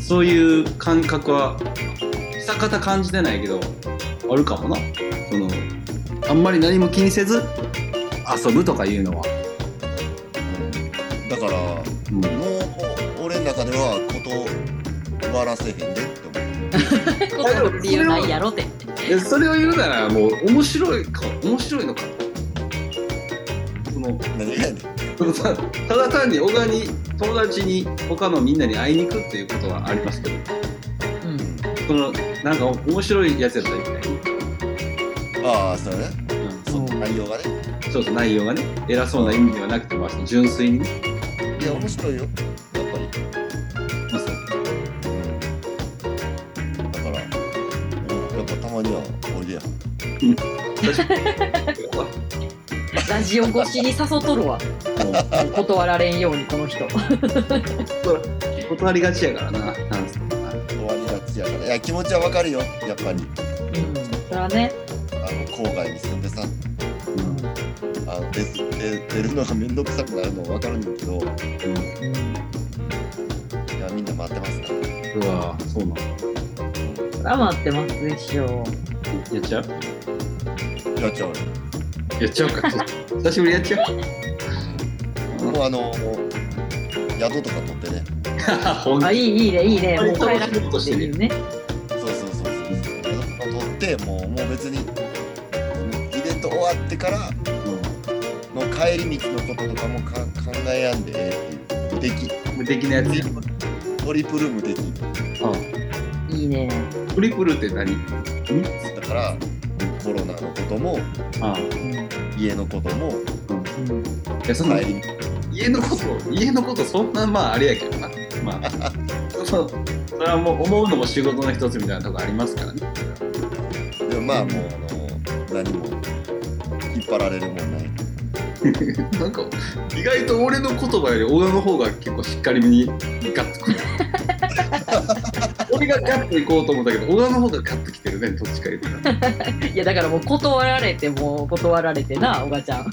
そういう感覚は久方感じてないけどあるかもなそのあんまり何も気にせず遊ぶとかいうのは、だから、うん、もう俺の中ではこと終わらせへんでって思う。ことの理由ないやろってえそれを言うならもう面白いか面白いのかその <laughs> 何がやねん。そのたただ単に小川に友達に他のみんなに会いに行くっていうことはありますけどうんそのなんか面白いやつやったらいいね、ああ、そうやね。うんその内容がね。そうそう内容がね偉そうな意味ではなくてもその純粋にね、いや、面白いよ。やっぱり。まあそうだから、うんやっぱたまにはおいでや。ラジオ越しに誘っとるわ断られんようにこの人断りがちやからななんすか終わりがちやから。いや、気持ちはわかるよ。やっぱり。うんそれはねあの郊外に住んでさ、うんあの出出出るのがめんどくさくなるのわかるんだけど、いや、みんな待ってますから。うわぁそうなのそれは待ってますでしょやっちゃうやっちゃうよ。やっちゃうか久しぶりやっちゃうもうあの、もう宿とか取ってね。ほんあいいいいねいいねもう帰らな楽しいことくしてていいるねそうそうそうそう。宿とか取って、もうもう別に、イベント終わってからの帰り道のこととかもか考えやんでええっていう。無敵。無敵なやつやトリプル無敵。いいねトリプルって何だから、コロナのことも、あ家のことも、いやその帰り道家のこと家のことそんなまああれやけどなまあそうそれはもう思うのも仕事の一つみたいなとこありますからねでもまあもうあの何も引っ張られるもんない。なんか意外と俺の言葉より小田の方が結構しっかりめにガッとくる俺がガッといこうと思ったけど小田の方がガッときてるねどっちか言うたらいやだからもう断られてもう断られてなおばちゃん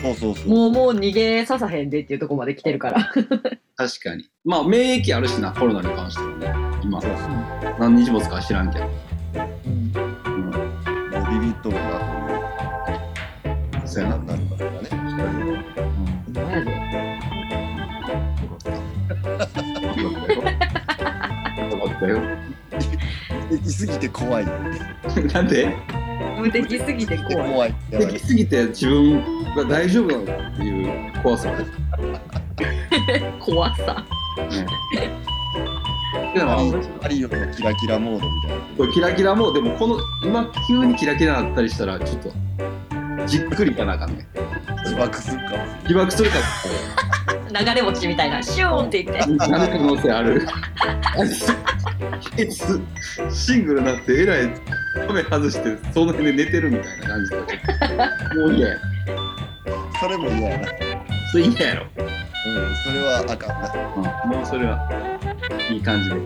そうそうそう。もうもう逃げささへんでっていうとこまで来てるから確かにまあ免疫あるしなコロナに関してもね今何日もつか知らんけど、うもん、うビビっとるなってそうやななるからね。お前でよかったよよかったよ行きすぎて怖い。なんで無敵すぎて怖い怖い。やばできいすぎて自分が大丈夫なのかっていう怖さです怖さねでもあのマリオのキラキラモードみたいな。これキラキラもでもこの今急にキラキラなったりしたらちょっとじっくりいかなあかんね自爆するかも。被爆するか流れ落ちみたいなシューンって言ってもなる可能性ある <laughs> あいつあいつシングルになってえらいカメ外してその辺で寝てるみたいな感じだけどもう嫌やそれも嫌やな。うん、それ嫌やろ、それはあかんな。うん、もうそれはいい感じでま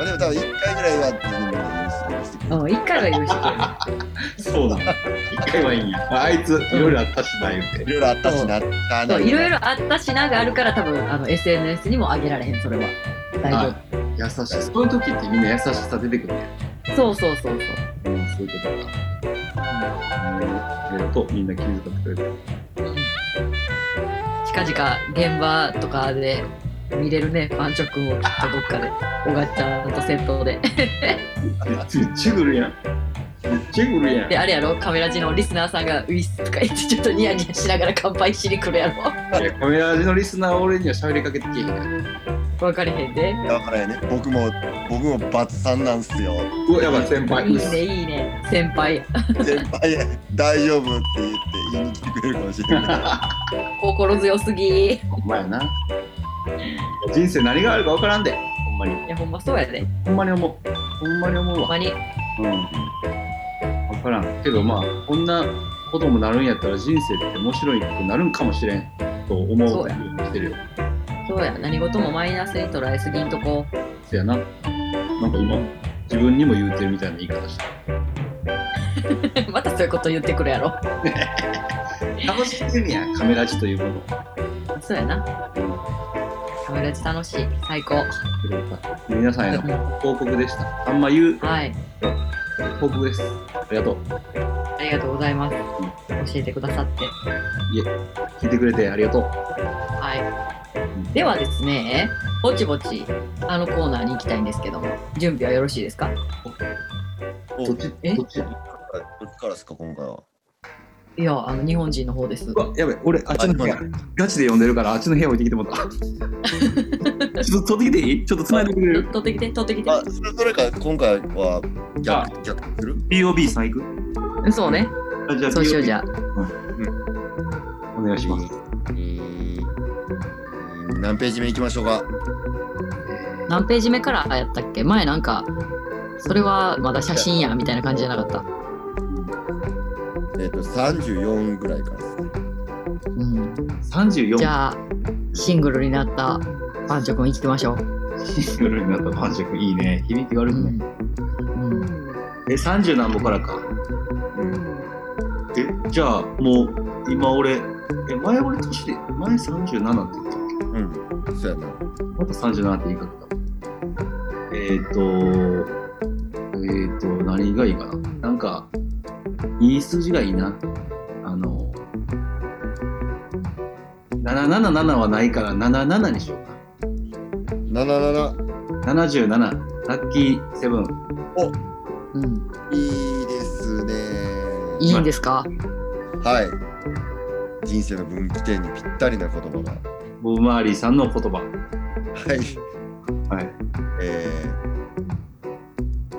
あでも多分一回ぐらいは自分で許してくれる。うん一回は許してくれるそうだ一回はいいんや、まあ、あいついろいろあったしな言うていろいろあったしな。あそういろいろ。ろあったしながあるから多分あの SNS にも上げられへんそれは大丈あ優しいそういう時ってみんな優しさ出てくるね夫そうそうそうそううんそういうことかありがとうみんな気遣ってくれて近々現場とかで見れるねパンチョ君をきっとどっかでおがちゃんとセットでめっちゃぐるやんめっちゃぐるやんであれやろカメラ陣のリスナーさんが「ウィス」とか言ってちょっとニヤニヤしながら乾杯しに来るやろいやカメラ味のリスナーは俺には喋りかけてきえへんから分かれへんで。だからやね僕も僕もバツさんなんすようわやばい先輩いいね、いいね。先輩や。先輩大丈夫って言って言いに来てくれるかもしれ <laughs> ない心強すぎ。いほんまやな人生何があるか分からんでほんまにや、ほんまそうやで。ほんまに思うほんまに思うほんわまに。うん分からんけどまあこんなこともなるんやったら人生って面白いくなるんかもしれんと思そううやようにしてるよそうや。何事もマイナスに捉えすぎんとこ。 <laughs> せやななんか今自分にも言うてるみたいな言い方したまたそういうこと言ってくるやろ。楽しんでみやカメラ地というものをそうやな。カメラジ楽しい。最高。皆さんへの報告でしたあんま言うはい。報告ですありがとうありがとうございます。教えてくださって。聞いてくれてありがとうはい。ではですね、ぼちぼちあのコーナーに行きたいんですけども、準備はよろしいですかおどっちえどっちどっちからですか今回はいや、あの日本人の方ですう。わやべ俺あっちの部屋ガチで呼んでるからあっちの部屋置いてきて <laughs> もらった。ちょっと取ってきていいちょっと繋いでくれる取ってきて、取ってきてあ。それそれか今回は逆逆する ?POB さん行くそうね。あじゃあそうしようじゃあ。 POB お願いします。うーん何ページ目いきましょうか何ページ目からやったっけ前なんか、それはまだ写真やみたいな感じじゃなかった。えっ、と34ぐらいからですうん。 34じゃあ、シングルになったパンチョ君行きましょう。シングルになったパンチ君いいね。響き悪うくね。ん。うん。え、30何歩からか。え、じゃあもう今俺、え、前俺年で、前37って言ったっけうんそうやなまた37って言い方だ。えっ、ー、と、えっ、ー、と、何がいいかな。なんか、いい数字がいいな。あの、777はないから77にしよう77か。77、ラッキーセブン。うん。いいですねいいんですかはい人生の分岐点にぴったりな言葉がボブ・マーリーさんの言葉。はいはい。えー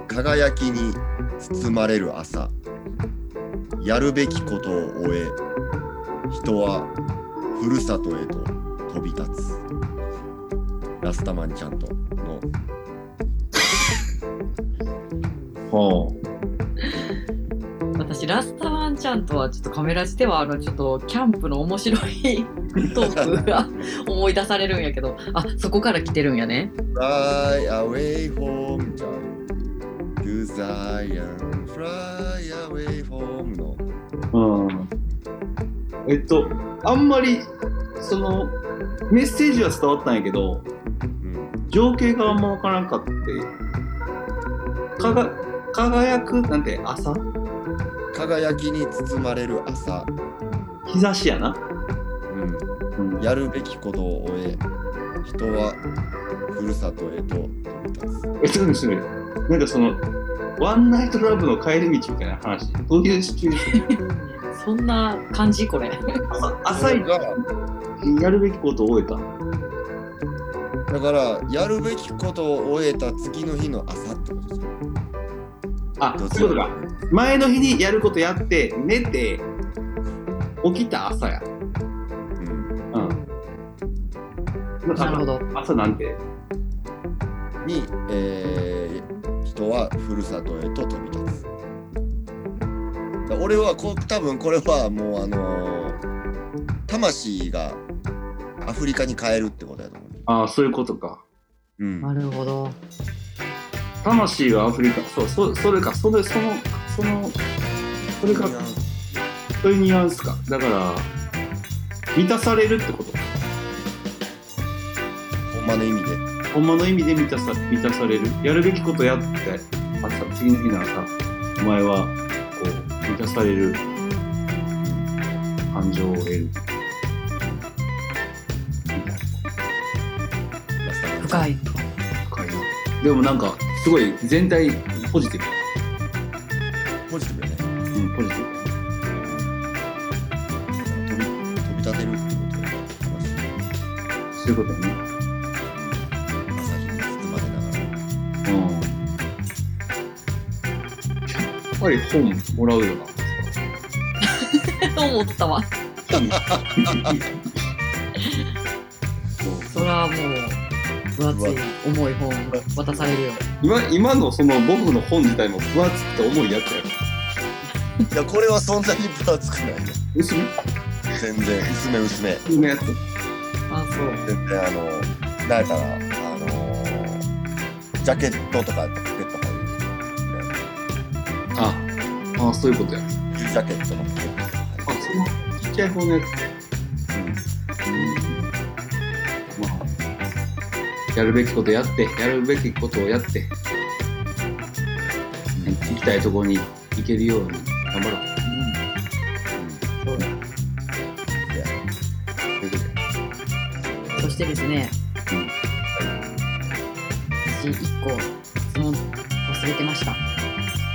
輝きに包まれる朝やるべきことを終え人はふるさとへと飛び立つラスタマンちゃんとのほ私ラスタワンちゃんとはちょっとカメラしてはあのちょっとキャンプの面白いトークが <laughs> 思い出されるんやけどあそこから来てるんやね Fly away home じゃん To Zion Fly away home のう。うん。えっと、あんまり、その、メッセージは伝わったんやけど、うん情景があんま分からんかってかが輝くなんて朝輝きに包まれる朝、日差しやな、うんうんやるべきことを終え、人はふるさとへと飛び立つ。えちょっと待ってなんかそのワンナイトラブの帰り道みたいな話どういうシチュエーションそんな感じこれ朝朝一が、やるべきことを終えただから、やるべきことを終えた次の日の朝ってことですよあどっそうちいうかことか前の日にやることやって寝て起きた朝やうんうんなるほど朝なんてに、えー人はふるさとへと飛び立つ。だ俺はこう、多分これはもう、あのー魂がアフリカに帰るってことやと思う。ああそういうことかうんなるほど魂はアフリカそうそそれかそれそのそのそれかそういうニュアンスかだから満たされるってことほんまの意味で。ほんまの意味で満たさ満たされるやるべきことやって朝次の日の朝お前はこう満たされる感情を得るみたいな深い深いなでもなんかすごい全体ポジティポジティブやね。ブ、うん、ポジティブ飛び飛び立てるってことやねそういうことやねぱり本もらうよな。と <laughs> 思ったわ。そらもう、分厚い重い本渡されるよ。今今のその僕の本自体も分厚くて重いやつやろ。いやこれはそんなに分厚くないね薄め全然薄め薄め薄めやつ。あ、そう。全然あのなんやったらあのージャケットとかポケットとかああ、そういうことや。いうジャケットのポケットとあ、かそのちっちゃい方のやつ。うん。まあ、やるべきことやって、やるべきことをやって、うん行きたいところに行けるように頑張ろう。そうだということでそしてですね、うん私1個質問忘れてました。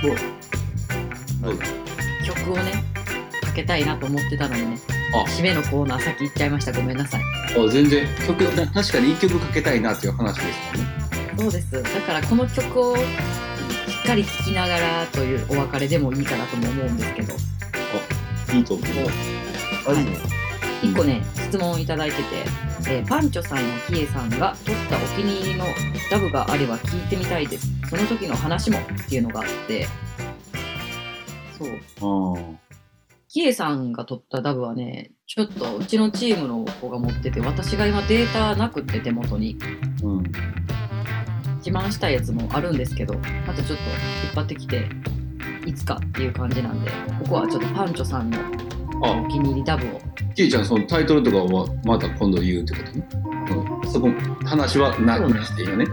どうぞ曲をね、かけたいなと思ってたのにね、あ締めのコーナー先行っちゃいました。ごめんなさい。あ全然曲確かに一曲かけたいなっていう話ですもんそねうです。だからこの曲をしっかり聴きながらというお別れでもいいかなとも思うんですけど、いいと思うあいいね1個ね、質問をいただいてて、えーパンチョさんやヒエさんが撮ったお気に入りのラブがあれば聴いてみたいです。その時の話もっていうのがあって、そう。あキエさんが取ったダブはね、ちょっとうちのチームの子が持ってて、私が今データなくって手元にあうん自慢したいやつもあるんですけど、またちょっと引っ張ってきて、いつかっていう感じなんで、ここはちょっとパンチョさんのあお気に入りダブを。キイちゃんそのタイトルとかはまた今度言うってことね、うん、そこ話はなくしていいよね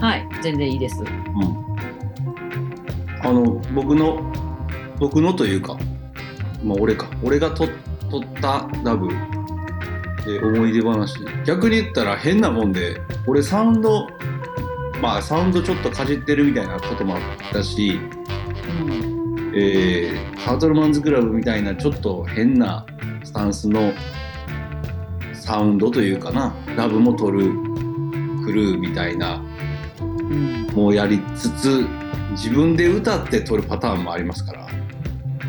はい、全然いいです。うんあの僕の僕のというかまあ俺か俺がと撮ったラブで思い出話逆に言ったら変なもんで俺サウンドまあサウンドちょっとかじってるみたいなこともあったし、うん。えータートルマンズクラブみたいなちょっと変なスタンスのサウンドというかなラブも取るクルーみたいなうん、もうやりつつ自分で歌って取るパターンもありますから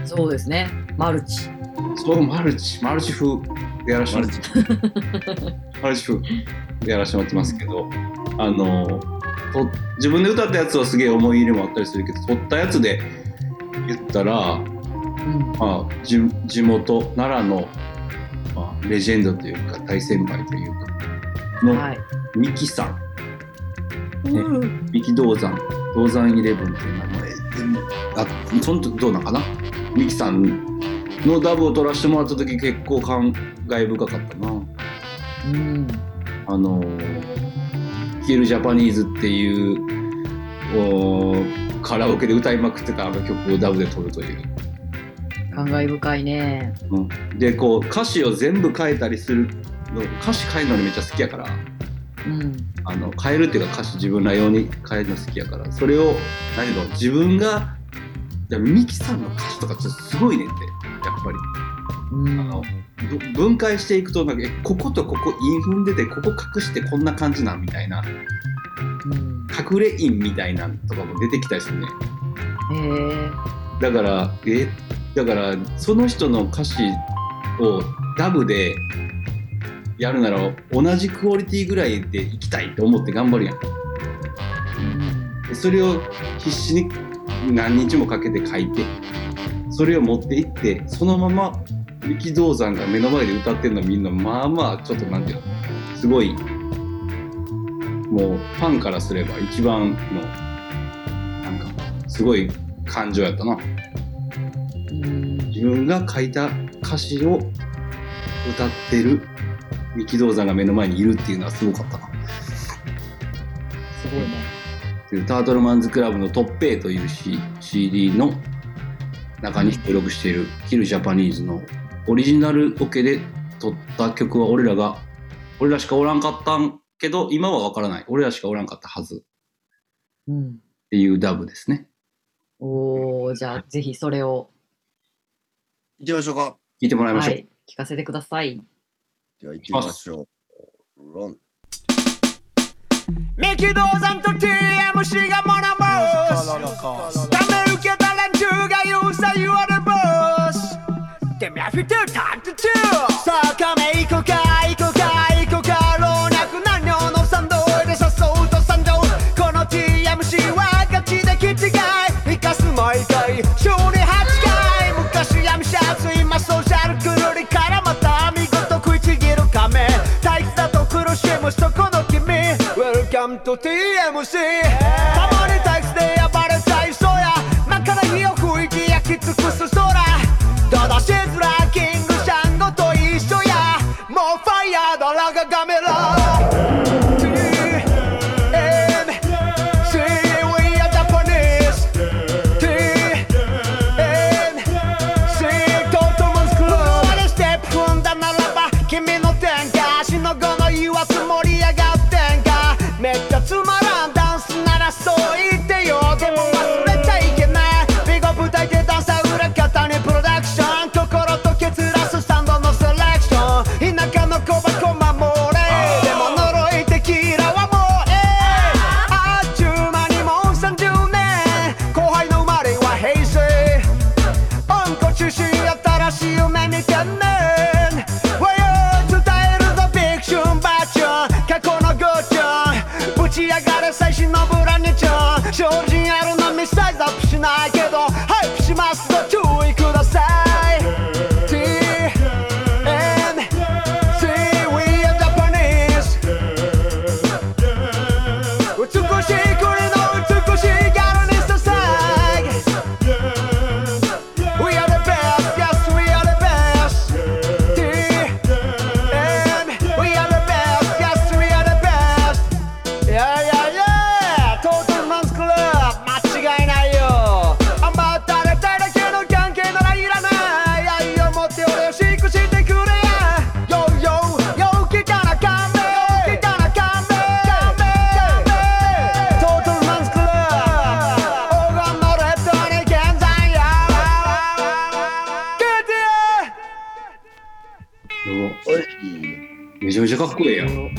そうですね。マルチ。そうマルチマルチ風でやらせてマもルらっチ <laughs> マルチ風でやらせてもらってますけどあのと自分で歌ったやつはすげえ思い入れもあったりするけど取ったやつで言ったらうん。まあ、地地元奈良の、まあ、レジェンドというか大先輩というかのはい。三木さんうん。三木銅山銅山イレブンという名前であその時どうなんかな三木さんのダブを取らせてもらった時結構感慨深かったなうん。あの「キルジャパニーズ」っていうおーカラオケで歌いまくってたあの曲をダブで取るという感慨深いね。でこう歌詞を全部変えたりするの歌詞変えるのにめっちゃ好きやからうん。あの変えるっていうか歌詞自分ら用に変えるの好きやからそれを何だろう自分がいやミキさんの歌詞とかちょっとすごいねんってやっぱりうん。あのぶ分解していくとなんかえこことここ韻踏んでてここ隠してこんな感じなんみたいなうん隠れ韻みたいなんとかも出てきたりするねへえ。だからえだからその人の歌詞をダブでやるなら同じクオリティぐらいでいきたいと思って頑張るやんうんでそれを必死に何日もかけて書いてそれを持っていってそのまま力道山が目の前で歌ってるのみんなまあまあちょっとなんていうのすごいもうファンからすれば一番のなんかすごい感情やったな。うん。自分が書いた歌詞を歌ってる三木道山が目の前にいるっていうのはすごかったな。すごいね。というタートルマンズクラブのトッペイという、C、CD の中に収録しているキルジャパニーズのオリジナルオケで撮った曲は俺らが、俺らしかおらんかったんけど、今はわからない。俺らしかおらんかったはずっうん。ていうダブですね。おお、じゃあぜひそれを、行きましょうか聞いてもらいまはしょう。い、聞かせてください。では行きましょうロンミキドーザンと TMC がモノボースため受けた連中 Happy to talk to two さあ亀行こうか行こうか行こうか老若男女の参道で誘うと参上この TMC はガチで気違い生かす毎回週に8回昔闇シャツ今ソーシャルくるりからまた見事食いちぎる亀退屈だと苦しむそこの君 Welcome to TMC たまに退屈で暴れたいそうや真っ赤な火を吹いて焼き尽くす空ただしずらキングシャンゴと一緒やもうファイヤーだラガガメラ TMC we are Japanese TMC トートモンスクローブまでステップ踏んだならば君の天下しのごの言わず盛り上がってんかめっちゃつまらんダンスならそう言ってよでも忘れちゃいけないビゴ舞台でダンサー裏方にプロダクション心と決らすスタンドのセレクション田舎の小箱守れでも呪いテキーラはもうええあっちゅう間にもう30年後輩の生まれは平成温故中心新しい夢見てねわよ伝えるぞビクションバージョン過去のゴッチョンぶち上がれ最新のブランニチョン精進あるのみサイズアップしないけどハイプしますぞ注意ください TNC We are Japanese 美しい国の美しいギャルに捧げ We are the best, yes, we are the best. TM, we are the best, yes, we are the best. Yeah, yeah, yeah. Total Man's Club 間違いないよ。あんま誰誰だけの関係ならいらない。愛を持って俺を飼育してくれや。よよよきたら勘弁。よきたら勘弁。トータルマンスクラブ黄金のレッドに現在やうわめちゃめちゃかっこええやん。め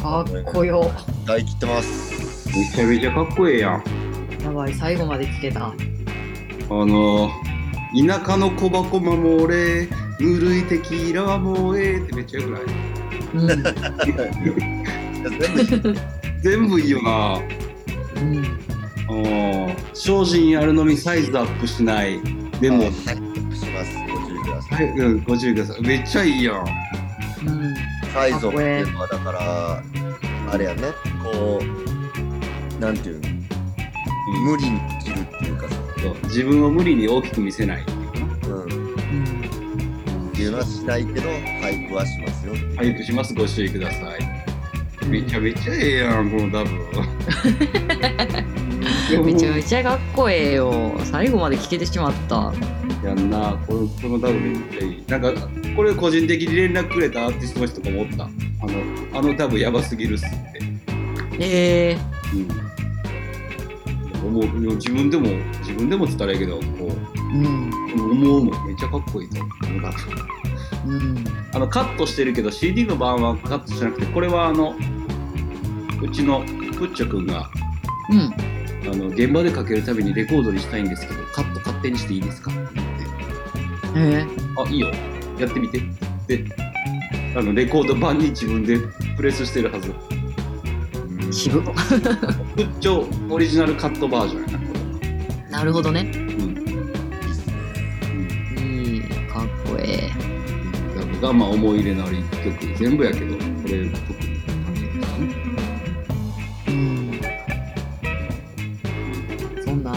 かっこよ。大切ってます。ちゃめちゃかっこええやん。あやばい、最後まで聞けた。のー、田舎の小箱守れ、ぬるい敵キーラはもうええってめっちゃよくないうん。全う部いい全部いいよな。ん。うん精進あるのみサイズアップしない。でも、タイプします。ご注意くださ。はいい、うん、ご注意ください。めっちゃいいやん。うん。サイズをっていうのはだからあれやね。こうなんていうの無理に切るっていうかさ。そう自分を無理に大きく見せない。うん。うんっていうのはしないけど俳句はしますよ。早くします。ご注意ください。めちゃめちゃええやん、このダブ <laughs> ルめちゃめちゃかっこええよ最後まで聞けてしまったやんな、このこのダブルめっちゃいい。なんか、これ個人的に連絡くれたアーティストの人とかもおった。あの、あのダブルやばすぎるっすって。えうん。もう自分でも、自分でもって言ったらええけど、こえうんう、思うもんめっちゃかっこいいと思う。このダブルうんあのカットしてるけど CD の版はカットしてなくてこれはあのうちのプッチョくんがうんあの現場でかけるたびにレコードにしたいんですけどカット勝手にしていいですかって言ってえあいいよやってみてであのレコード版に自分でプレスしてるはずえ渋っプッチョオリジナルカットバージョンやなこ <laughs> なるほどねれうんいいかっこえうんがまあ思い入れのある一曲全部やけどこれ特に感じでしたねえうんそんな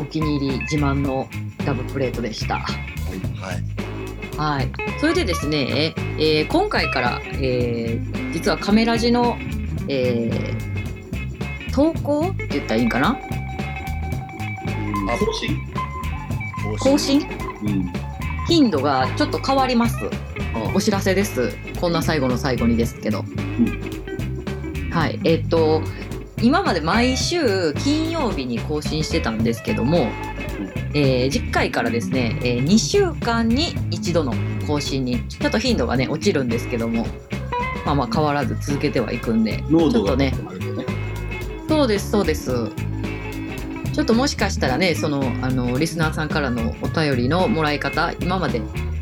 お気に入り自慢のダブプレートでしたはい。はいそれでですね、えー今回から、えー実はカメラジの、えー投稿って言ったらいいんかなうんあ更新更新うん頻度がちょっと変わります。あお知らせです。こんな最後の最後にですけど。はい、えっと今まで毎週金曜日に更新してたんですけども、えー、10回からですね、えー2週間に一度の更新にちょっと頻度がね落ちるんですけども、まあまあ変わらず続けてはいくんで、濃度ちょっとがねあるけどねそうですそうです。ちょっともしかしたらねそのあのリスナーさんからのお便りのもらい方今まで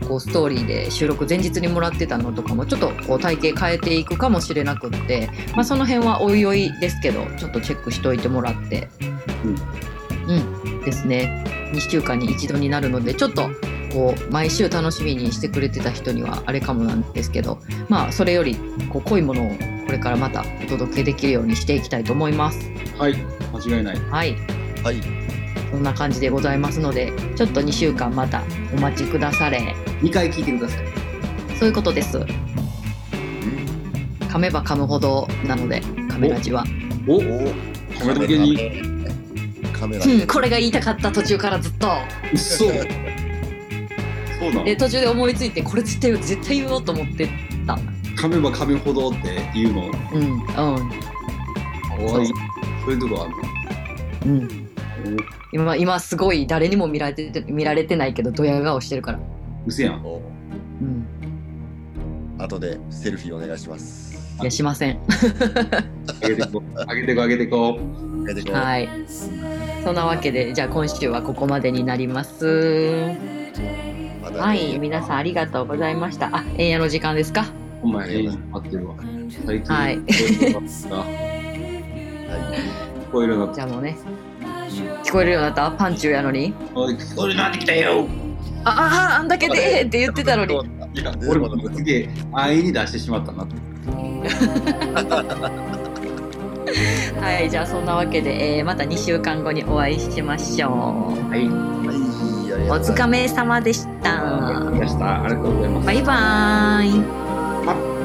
こうストーリーで収録前日にもらってたのとかもちょっとこう体系変えていくかもしれなくって、まあ、その辺はおいおいですけどちょっとチェックしといてもらって、うんですね2週間に一度になるのでちょっとこう毎週楽しみにしてくれてた人にはあれかもなんですけどまあそれよりこう濃いものをこれからまたお届けできるようにしていきたいと思います。はい間違いないはいはい。そんな感じでございますので、ちょっと2週間またお待ちくだされ。 2回聞いてくださいそういうことです。噛めば噛むほどなので、カメラジは。おおこれだけにカメラうでん、これが言いたかった途中からずっと。そうそうなので、途中で思いついて、これ絶対言おう、絶対言おうと思って。噛めば噛むほどって言うのうん、うん、怖いそういうとこあるのうん。今、今すごい誰にも見られてて、見られてないけど、ドヤ顔してるから。うせやんおうん、後でセルフィーお願いします。いや、しません。上げてこう <laughs> 上げてこう上げてこ出てこうはい。そんなわけで、じゃあ、今週はここまでになります。まだねはい、皆さんありがとうございました。あ、円夜の時間ですか。うほんまやね合ってるわ最近はい聞はこえるようになっじたゃあもうね、聞こえるようになったパンチューやのに。おい聞こえるようになってきたよあああ、あんだけでええって言ってたのに。いや俺もすげえ安易に出してしまったなってはい、じゃあそんなわけで、えーまた2週間後にお会いしましょはいい。はい。う。お疲れ疲れ様でしあた。りがとうございましたありがとうございますバイバーイ。パッ